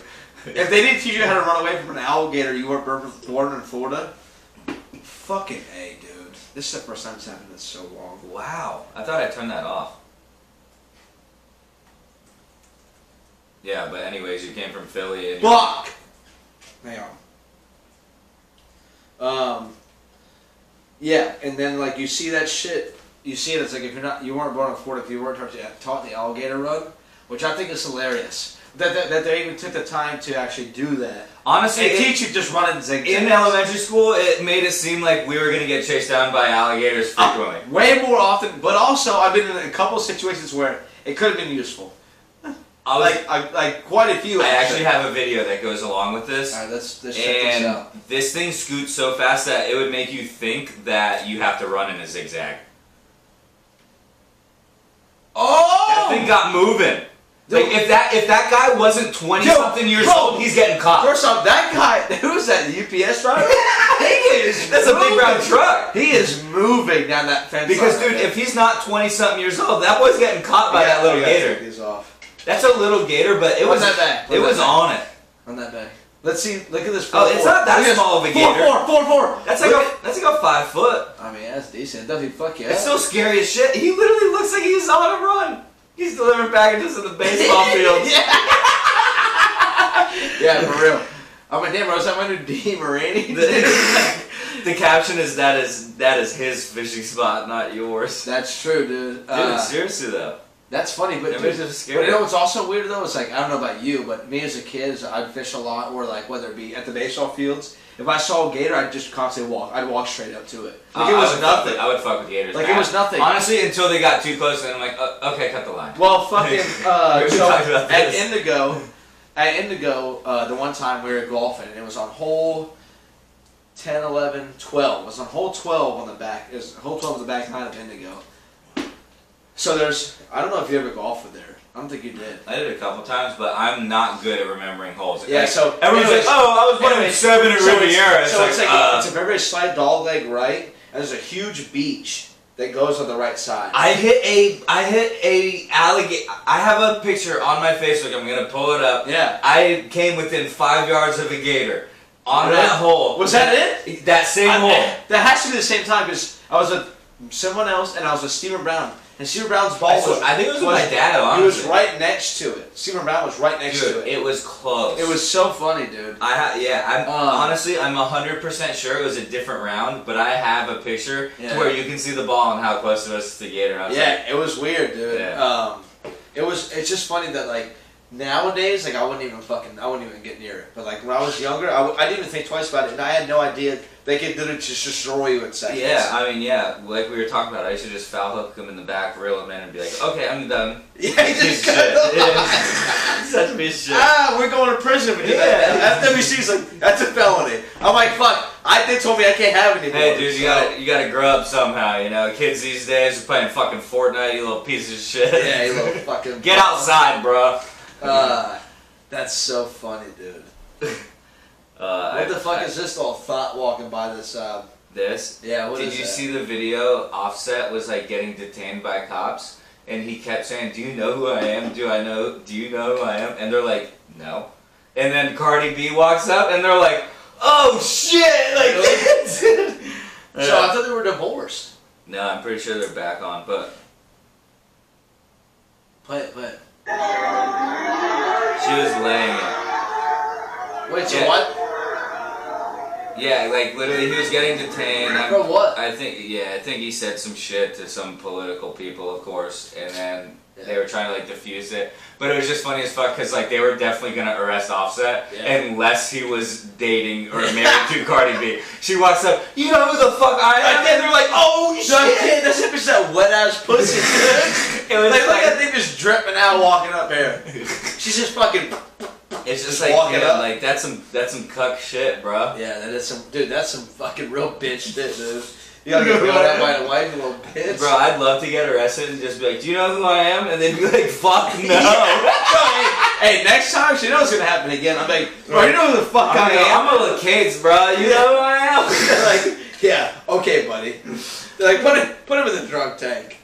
Speaker 1: if they didn't teach you how to run away from an alligator, you weren't born- born in Florida. Fucking a, dude. This is the first time it's happened in so long.
Speaker 3: Wow. I thought I turned that off. Yeah, but anyways, you came from Philly. And
Speaker 1: Fuck. They are. Um. Yeah, and then like you see that shit you see it. It's like if you're not, you weren't born in Florida, if you weren't taught, taught the alligator run, which I think is hilarious. That, that, that they even took the time to actually do that.
Speaker 3: Honestly,
Speaker 1: They
Speaker 3: it-
Speaker 1: teach you just running zigzags.
Speaker 3: in elementary school, it made it seem like we were gonna get chased down by alligators frequently.
Speaker 1: way more often. But also, I've been in a couple of situations where it could have been useful.
Speaker 3: I was,
Speaker 1: Like, I, like quite a few.
Speaker 3: I actually have a video that goes along with this.
Speaker 1: All right, let's let's check this
Speaker 3: And
Speaker 1: out.
Speaker 3: this thing scoots so fast that it would make you think that you have to run in a zigzag. That
Speaker 1: Oh,
Speaker 3: thing got moving. Like
Speaker 1: Dude.
Speaker 3: if that if that guy wasn't twenty
Speaker 1: Yo,
Speaker 3: something years
Speaker 1: bro.
Speaker 3: old, he's getting caught.
Speaker 1: first off, that guy who was that the UPS driver? he is.
Speaker 3: That's a big
Speaker 1: moving.
Speaker 3: round truck.
Speaker 1: He is moving down that fence.
Speaker 3: Because
Speaker 1: line.
Speaker 3: dude, if he's not twenty something years old, that boy's getting caught by
Speaker 1: Yeah,
Speaker 3: that little
Speaker 1: I gotta take
Speaker 3: gator.
Speaker 1: these off.
Speaker 3: That's a little gator, but it
Speaker 1: Put
Speaker 3: was
Speaker 1: that back. Put
Speaker 3: it
Speaker 1: that
Speaker 3: was
Speaker 1: back.
Speaker 3: on it.
Speaker 1: On that bag. Let's see. Look at this.
Speaker 3: Oh, it's not that
Speaker 1: Look at this.
Speaker 3: small of a
Speaker 1: four,
Speaker 3: gator.
Speaker 1: Four, four, four.
Speaker 3: That's like a that's like a five foot.
Speaker 1: I mean, that's decent. It doesn't fuck you.
Speaker 3: It's
Speaker 1: up.
Speaker 3: so scary as shit. He literally looks like he's on a run. He's delivering packages in the baseball field.
Speaker 1: yeah. yeah, for real. I'm like, damn, bro, is that my new D Marini?
Speaker 3: The, the caption is that is that is his fishing spot, not yours. Dude,
Speaker 1: that's true, dude. Uh,
Speaker 3: seriously though,
Speaker 1: that's funny, but
Speaker 3: that
Speaker 1: dude,
Speaker 3: was just
Speaker 1: But
Speaker 3: scary.
Speaker 1: you know what's also weird though? It's like I don't know about you, but me as a kid, is I'd fish a lot, or like whether it be at the baseball fields. If I saw a gator, I'd just constantly walk. I'd walk straight up to it. Like
Speaker 3: Uh,
Speaker 1: it
Speaker 3: I
Speaker 1: was
Speaker 3: would fuck
Speaker 1: nothing.
Speaker 3: with- I would fuck with gators.
Speaker 1: Like, it was
Speaker 3: bad.
Speaker 1: nothing.
Speaker 3: Honestly, until they got too close, and I'm like, uh, okay, cut the line.
Speaker 1: Well, fucking. Uh,
Speaker 3: We
Speaker 1: so
Speaker 3: talked about
Speaker 1: at
Speaker 3: this.
Speaker 1: Indigo, at Indigo, uh, the one time we were golfing, and it was on hole 10, 11, 12. It was on hole 12 on the back. It was hole 12 on the back nine of Indigo. So there's. I don't know if you ever golfed with there. I don't think you did.
Speaker 3: I did it a couple times, but I'm not good at remembering holes.
Speaker 1: Yeah,
Speaker 3: Like,
Speaker 1: so-
Speaker 3: everyone's
Speaker 1: anyways-
Speaker 3: like, "Oh, I was playing
Speaker 1: anyways,
Speaker 3: seven at Riviera."
Speaker 1: It's, so it's like,
Speaker 3: uh,
Speaker 1: it's a very slight dog leg right, and there's a huge beach that goes on the right side.
Speaker 3: I hit a I hit a alligator. I have a picture on my Facebook. I'm gonna pull it up.
Speaker 1: yeah.
Speaker 3: I came within five yards of a gator on
Speaker 1: Really?
Speaker 3: that hole.
Speaker 1: Was that it?
Speaker 3: That same
Speaker 1: I-
Speaker 3: hole.
Speaker 1: That has to be the same time because I was with someone else and I was with Stephen Brown. And Stephen Brown's ball
Speaker 3: I,
Speaker 1: was.
Speaker 3: swear- I think it was, with my dad.
Speaker 1: He was
Speaker 3: Honestly,
Speaker 1: right next to it. Stephen Brown was right next
Speaker 3: Dude,
Speaker 1: to it.
Speaker 3: it was close.
Speaker 1: It was so funny, dude.
Speaker 3: I ha- yeah. I'm
Speaker 1: Um,
Speaker 3: honestly, I'm hundred percent sure it was a different round, but I have a picture
Speaker 1: Yeah.
Speaker 3: to where you can see the ball and how close it was to the gator. I was
Speaker 1: Yeah, it was weird, dude.
Speaker 3: Yeah.
Speaker 1: Um, it was. It's just funny that like nowadays, like I wouldn't even fucking, I wouldn't even get near it. But like when I was younger, I, w- I didn't even think twice about it, and I had no idea they could literally just destroy you in
Speaker 3: like,
Speaker 1: seconds.
Speaker 3: yeah. I mean, yeah. Like we were talking about, I used to just foul hook him in the back, reel him in, and be like, okay, I'm done.
Speaker 1: yeah, you just
Speaker 3: Shit.
Speaker 1: cut the
Speaker 3: Such a piece of shit.
Speaker 1: Ah, we're going to prison if we do that.
Speaker 3: Yeah.
Speaker 1: FWC's like, that's a felony. I'm like, fuck. I they told me I can't have any.
Speaker 3: Hey,
Speaker 1: more,
Speaker 3: dude, you
Speaker 1: so-
Speaker 3: gotta you gotta grow up somehow. You know, kids these days are playing fucking Fortnite. You little piece of shit.
Speaker 1: Yeah, you little fucking.
Speaker 3: Get outside, bro.
Speaker 1: Uh, that's so funny, dude.
Speaker 3: Uh,
Speaker 1: What the
Speaker 3: I-
Speaker 1: fuck
Speaker 3: I-
Speaker 1: is this little thought walking by this? Uh,
Speaker 3: this?
Speaker 1: yeah, what is
Speaker 3: Did you
Speaker 1: that?
Speaker 3: see the video? Offset was like getting detained by cops, and he kept saying, "Do you know who I am? Do I know? Do you know who I am?" And they're like, "No." And then Cardi B walks up, and they're like, "Oh shit!" Like,
Speaker 1: So I thought they were divorced.
Speaker 3: no, I'm pretty sure they're back on, but
Speaker 1: Play it, play it.
Speaker 3: she was laying it.
Speaker 1: Wait, so
Speaker 3: Yeah.
Speaker 1: what?
Speaker 3: Yeah, like literally, he was getting detained. I'm-
Speaker 1: For what?
Speaker 3: I think, yeah, I think he said some shit to some political people, of course, and then they
Speaker 1: Yeah.
Speaker 3: were trying to like defuse it. But it was just funny as fuck because like they were definitely gonna arrest Offset
Speaker 1: Yeah.
Speaker 3: unless he was dating or married to Cardi B. She walks up, you know who the fuck I am? And they're like, oh
Speaker 1: So I
Speaker 3: shit!
Speaker 1: can't, that's bitch that wet ass pussy, dude.
Speaker 3: It was
Speaker 1: like, look
Speaker 3: like-
Speaker 1: at that thing just dripping out walking up here. She's just fucking.
Speaker 3: it's just
Speaker 1: just
Speaker 3: like,
Speaker 1: walking
Speaker 3: yeah,
Speaker 1: up.
Speaker 3: like that's some that's some cuck shit, bro.
Speaker 1: Yeah, that is some. Dude, that's some fucking real bitch shit, dude. You gotta go that by the wife, you little bitch.
Speaker 3: Bro, I'd love to get arrested and just be like, do you know who I am? And then be like, fuck no.
Speaker 1: hey, hey, next time she knows it's gonna happen again. I'm like, bro, you know who the fuck I
Speaker 3: I mean,
Speaker 1: am?
Speaker 3: I'm a little kids, bro. You know who I am.
Speaker 1: like, yeah, okay, buddy. They're like, put him, put him in the drunk tank.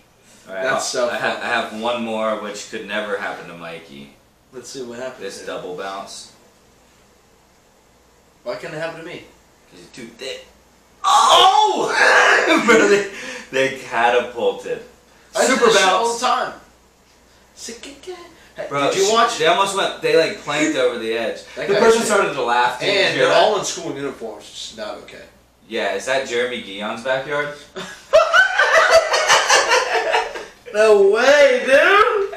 Speaker 1: That's so
Speaker 3: I have, I have one more, which could never happen to Mikey.
Speaker 1: Let's see what happens.
Speaker 3: This double bounce.
Speaker 1: Why can't it happen to me?
Speaker 3: Cause you're too thick. Oh! bro, they, they catapulted.
Speaker 1: I do
Speaker 3: Super
Speaker 1: this shit all the
Speaker 3: bounce.
Speaker 1: time. Sick again. Hey,
Speaker 3: Bro,
Speaker 1: Did you
Speaker 3: sh-
Speaker 1: watch?
Speaker 3: They almost went. They like planked over the edge.
Speaker 1: That
Speaker 3: the
Speaker 1: guy
Speaker 3: person
Speaker 1: shit.
Speaker 3: started to laugh. Did you
Speaker 1: And
Speaker 3: hear
Speaker 1: they're
Speaker 3: that?
Speaker 1: all in school uniforms. It's not okay.
Speaker 3: Yeah, is that Jeremy Guillon's backyard?
Speaker 1: No way, dude.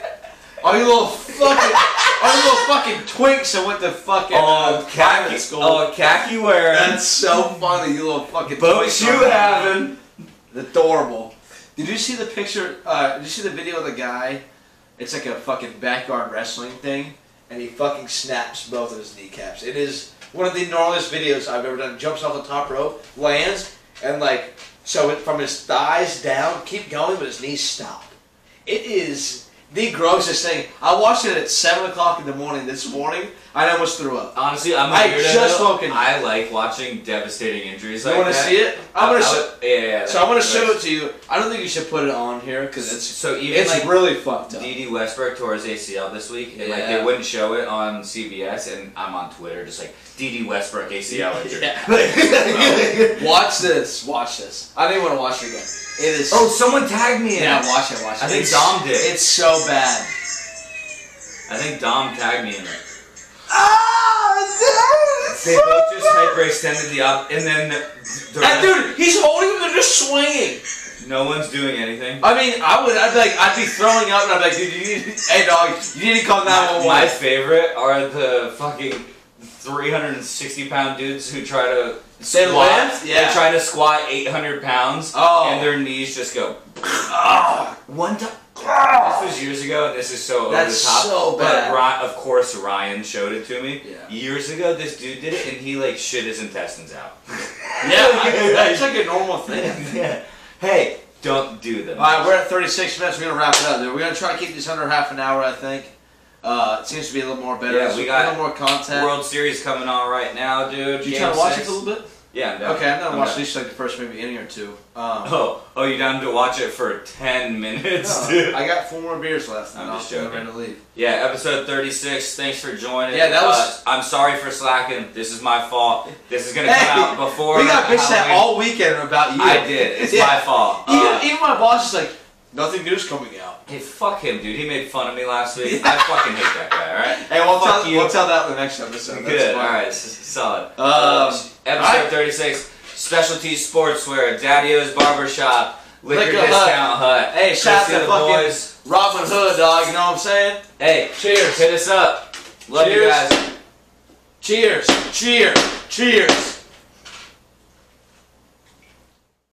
Speaker 1: All you little fucking, all you little fucking twinks that went to fucking
Speaker 3: Oh,
Speaker 1: uh,
Speaker 3: khaki,
Speaker 1: private school.
Speaker 3: oh, khaki wearing,
Speaker 1: That's so funny, you little fucking
Speaker 3: boat
Speaker 1: twinks.
Speaker 3: shoe having.
Speaker 1: Adorable. Did you see the picture? Uh, did you see the video of the guy? It's like a fucking backyard wrestling thing, and he fucking snaps both of his kneecaps. It is one of the gnarliest videos I've ever done. Jumps off the top rope, lands, and like so it from his thighs down, keep going, but his knees stop. It is the grossest thing. I watched it at seven o'clock in the morning this morning. I almost threw up.
Speaker 3: Honestly, I'm a
Speaker 1: I
Speaker 3: weirdo,
Speaker 1: just
Speaker 3: though.
Speaker 1: fucking-
Speaker 3: I like watching devastating injuries
Speaker 1: You
Speaker 3: like
Speaker 1: want to
Speaker 3: that.
Speaker 1: see it? I'm gonna.
Speaker 3: I- I
Speaker 1: show-
Speaker 3: would- yeah, yeah, yeah,
Speaker 1: so I'm gonna
Speaker 3: that's
Speaker 1: show
Speaker 3: nice.
Speaker 1: it to you. I don't think you should put it on here because it's
Speaker 3: So even
Speaker 1: It's
Speaker 3: like
Speaker 1: really fucked up.
Speaker 3: DD Westbrook tore his ACL this week, and like
Speaker 1: Yeah.
Speaker 3: they wouldn't show it on CBS, and I'm on Twitter just like DD Westbrook ACL injury.
Speaker 1: Yeah.
Speaker 3: Like,
Speaker 1: Watch this. Watch this. I didn't want to watch it again. It is.
Speaker 3: oh, someone tagged me in.
Speaker 1: yeah.
Speaker 3: it.
Speaker 1: Watch it. Watch it.
Speaker 3: I think
Speaker 1: It's-
Speaker 3: Dom did.
Speaker 1: It's so bad.
Speaker 3: I think Dom tagged me in it.
Speaker 1: Ah, dude.
Speaker 3: They both just hyperextended the up, and then the, the
Speaker 1: That dude, he's holding him and just swinging.
Speaker 3: no one's doing anything.
Speaker 1: I mean, I would. I'd be like, I'd be throwing up, and I'd be like, dude, you need. Hey, dog, you need to call
Speaker 3: My, my
Speaker 1: 911.
Speaker 3: favorite are the fucking 360 pound dudes who try to
Speaker 1: They
Speaker 3: squat.
Speaker 1: lift? Yeah.
Speaker 3: They try to squat 800 pounds,
Speaker 1: Oh.
Speaker 3: and their knees just go.
Speaker 1: Ah,
Speaker 3: One time.
Speaker 1: ah.
Speaker 3: This was years ago, and this is so over
Speaker 1: That's
Speaker 3: the top.
Speaker 1: so bad.
Speaker 3: But Ry- of course, Ryan showed it to me.
Speaker 1: Yeah.
Speaker 3: Years ago, this dude did it, and he like shit his intestines out.
Speaker 1: Yeah, I- that's like a normal thing.
Speaker 3: yeah. Hey, don't do them.
Speaker 1: All right, we're at 36 minutes. We're gonna wrap it up. There, we're gonna try to keep this under half an hour. I think. Uh, it seems to be a little more better.
Speaker 3: Yeah,
Speaker 1: So
Speaker 3: we
Speaker 1: a
Speaker 3: got
Speaker 1: little more content.
Speaker 3: World Series coming on right now, dude.
Speaker 1: you
Speaker 3: Game
Speaker 1: trying to watch
Speaker 3: six.
Speaker 1: it a little bit?
Speaker 3: Yeah. I'm down.
Speaker 1: Okay, I'm gonna
Speaker 3: I'm
Speaker 1: watch
Speaker 3: down.
Speaker 1: at least like the first maybe inning or two. Um,
Speaker 3: Oh, oh, you down to watch it for ten minutes, dude?
Speaker 1: no, I got four more beers left. And
Speaker 3: I'm
Speaker 1: I'm
Speaker 3: just
Speaker 1: I'm
Speaker 3: joking.
Speaker 1: ready to leave.
Speaker 3: Yeah, episode 36. Thanks for joining.
Speaker 1: Yeah, that was-
Speaker 3: Uh, I'm sorry for slacking. This is my fault. This is gonna
Speaker 1: Hey,
Speaker 3: come out before.
Speaker 1: we got bitched at
Speaker 3: Halloween.
Speaker 1: all weekend about you.
Speaker 3: I did. It's
Speaker 1: Yeah. e-
Speaker 3: my fault.
Speaker 1: Even,
Speaker 3: Uh,
Speaker 1: even my boss is like, nothing new's coming out.
Speaker 3: hey, fuck him, dude. He made fun of me last week. I fucking hate that guy. All right.
Speaker 1: Hey, we'll
Speaker 3: Fuck
Speaker 1: tell,
Speaker 3: you.
Speaker 1: we'll tell that in the next episode. That's
Speaker 3: Good.
Speaker 1: fine.
Speaker 3: All right. s- Solid.
Speaker 1: Um,
Speaker 3: episode
Speaker 1: I-
Speaker 3: 36. Specialty sportswear. Daddy-O's barbershop. Liquor
Speaker 1: Liquor Hut.
Speaker 3: discount hut.
Speaker 1: Hey, shout out
Speaker 3: Go see
Speaker 1: to
Speaker 3: the
Speaker 1: fucking-
Speaker 3: boys.
Speaker 1: Robin Hood, dog. You know what I'm saying?
Speaker 3: Hey,
Speaker 1: Cheers.
Speaker 3: hit us up. Love you
Speaker 1: Cheers.
Speaker 3: guys.
Speaker 1: Cheers. Cheers. Cheers.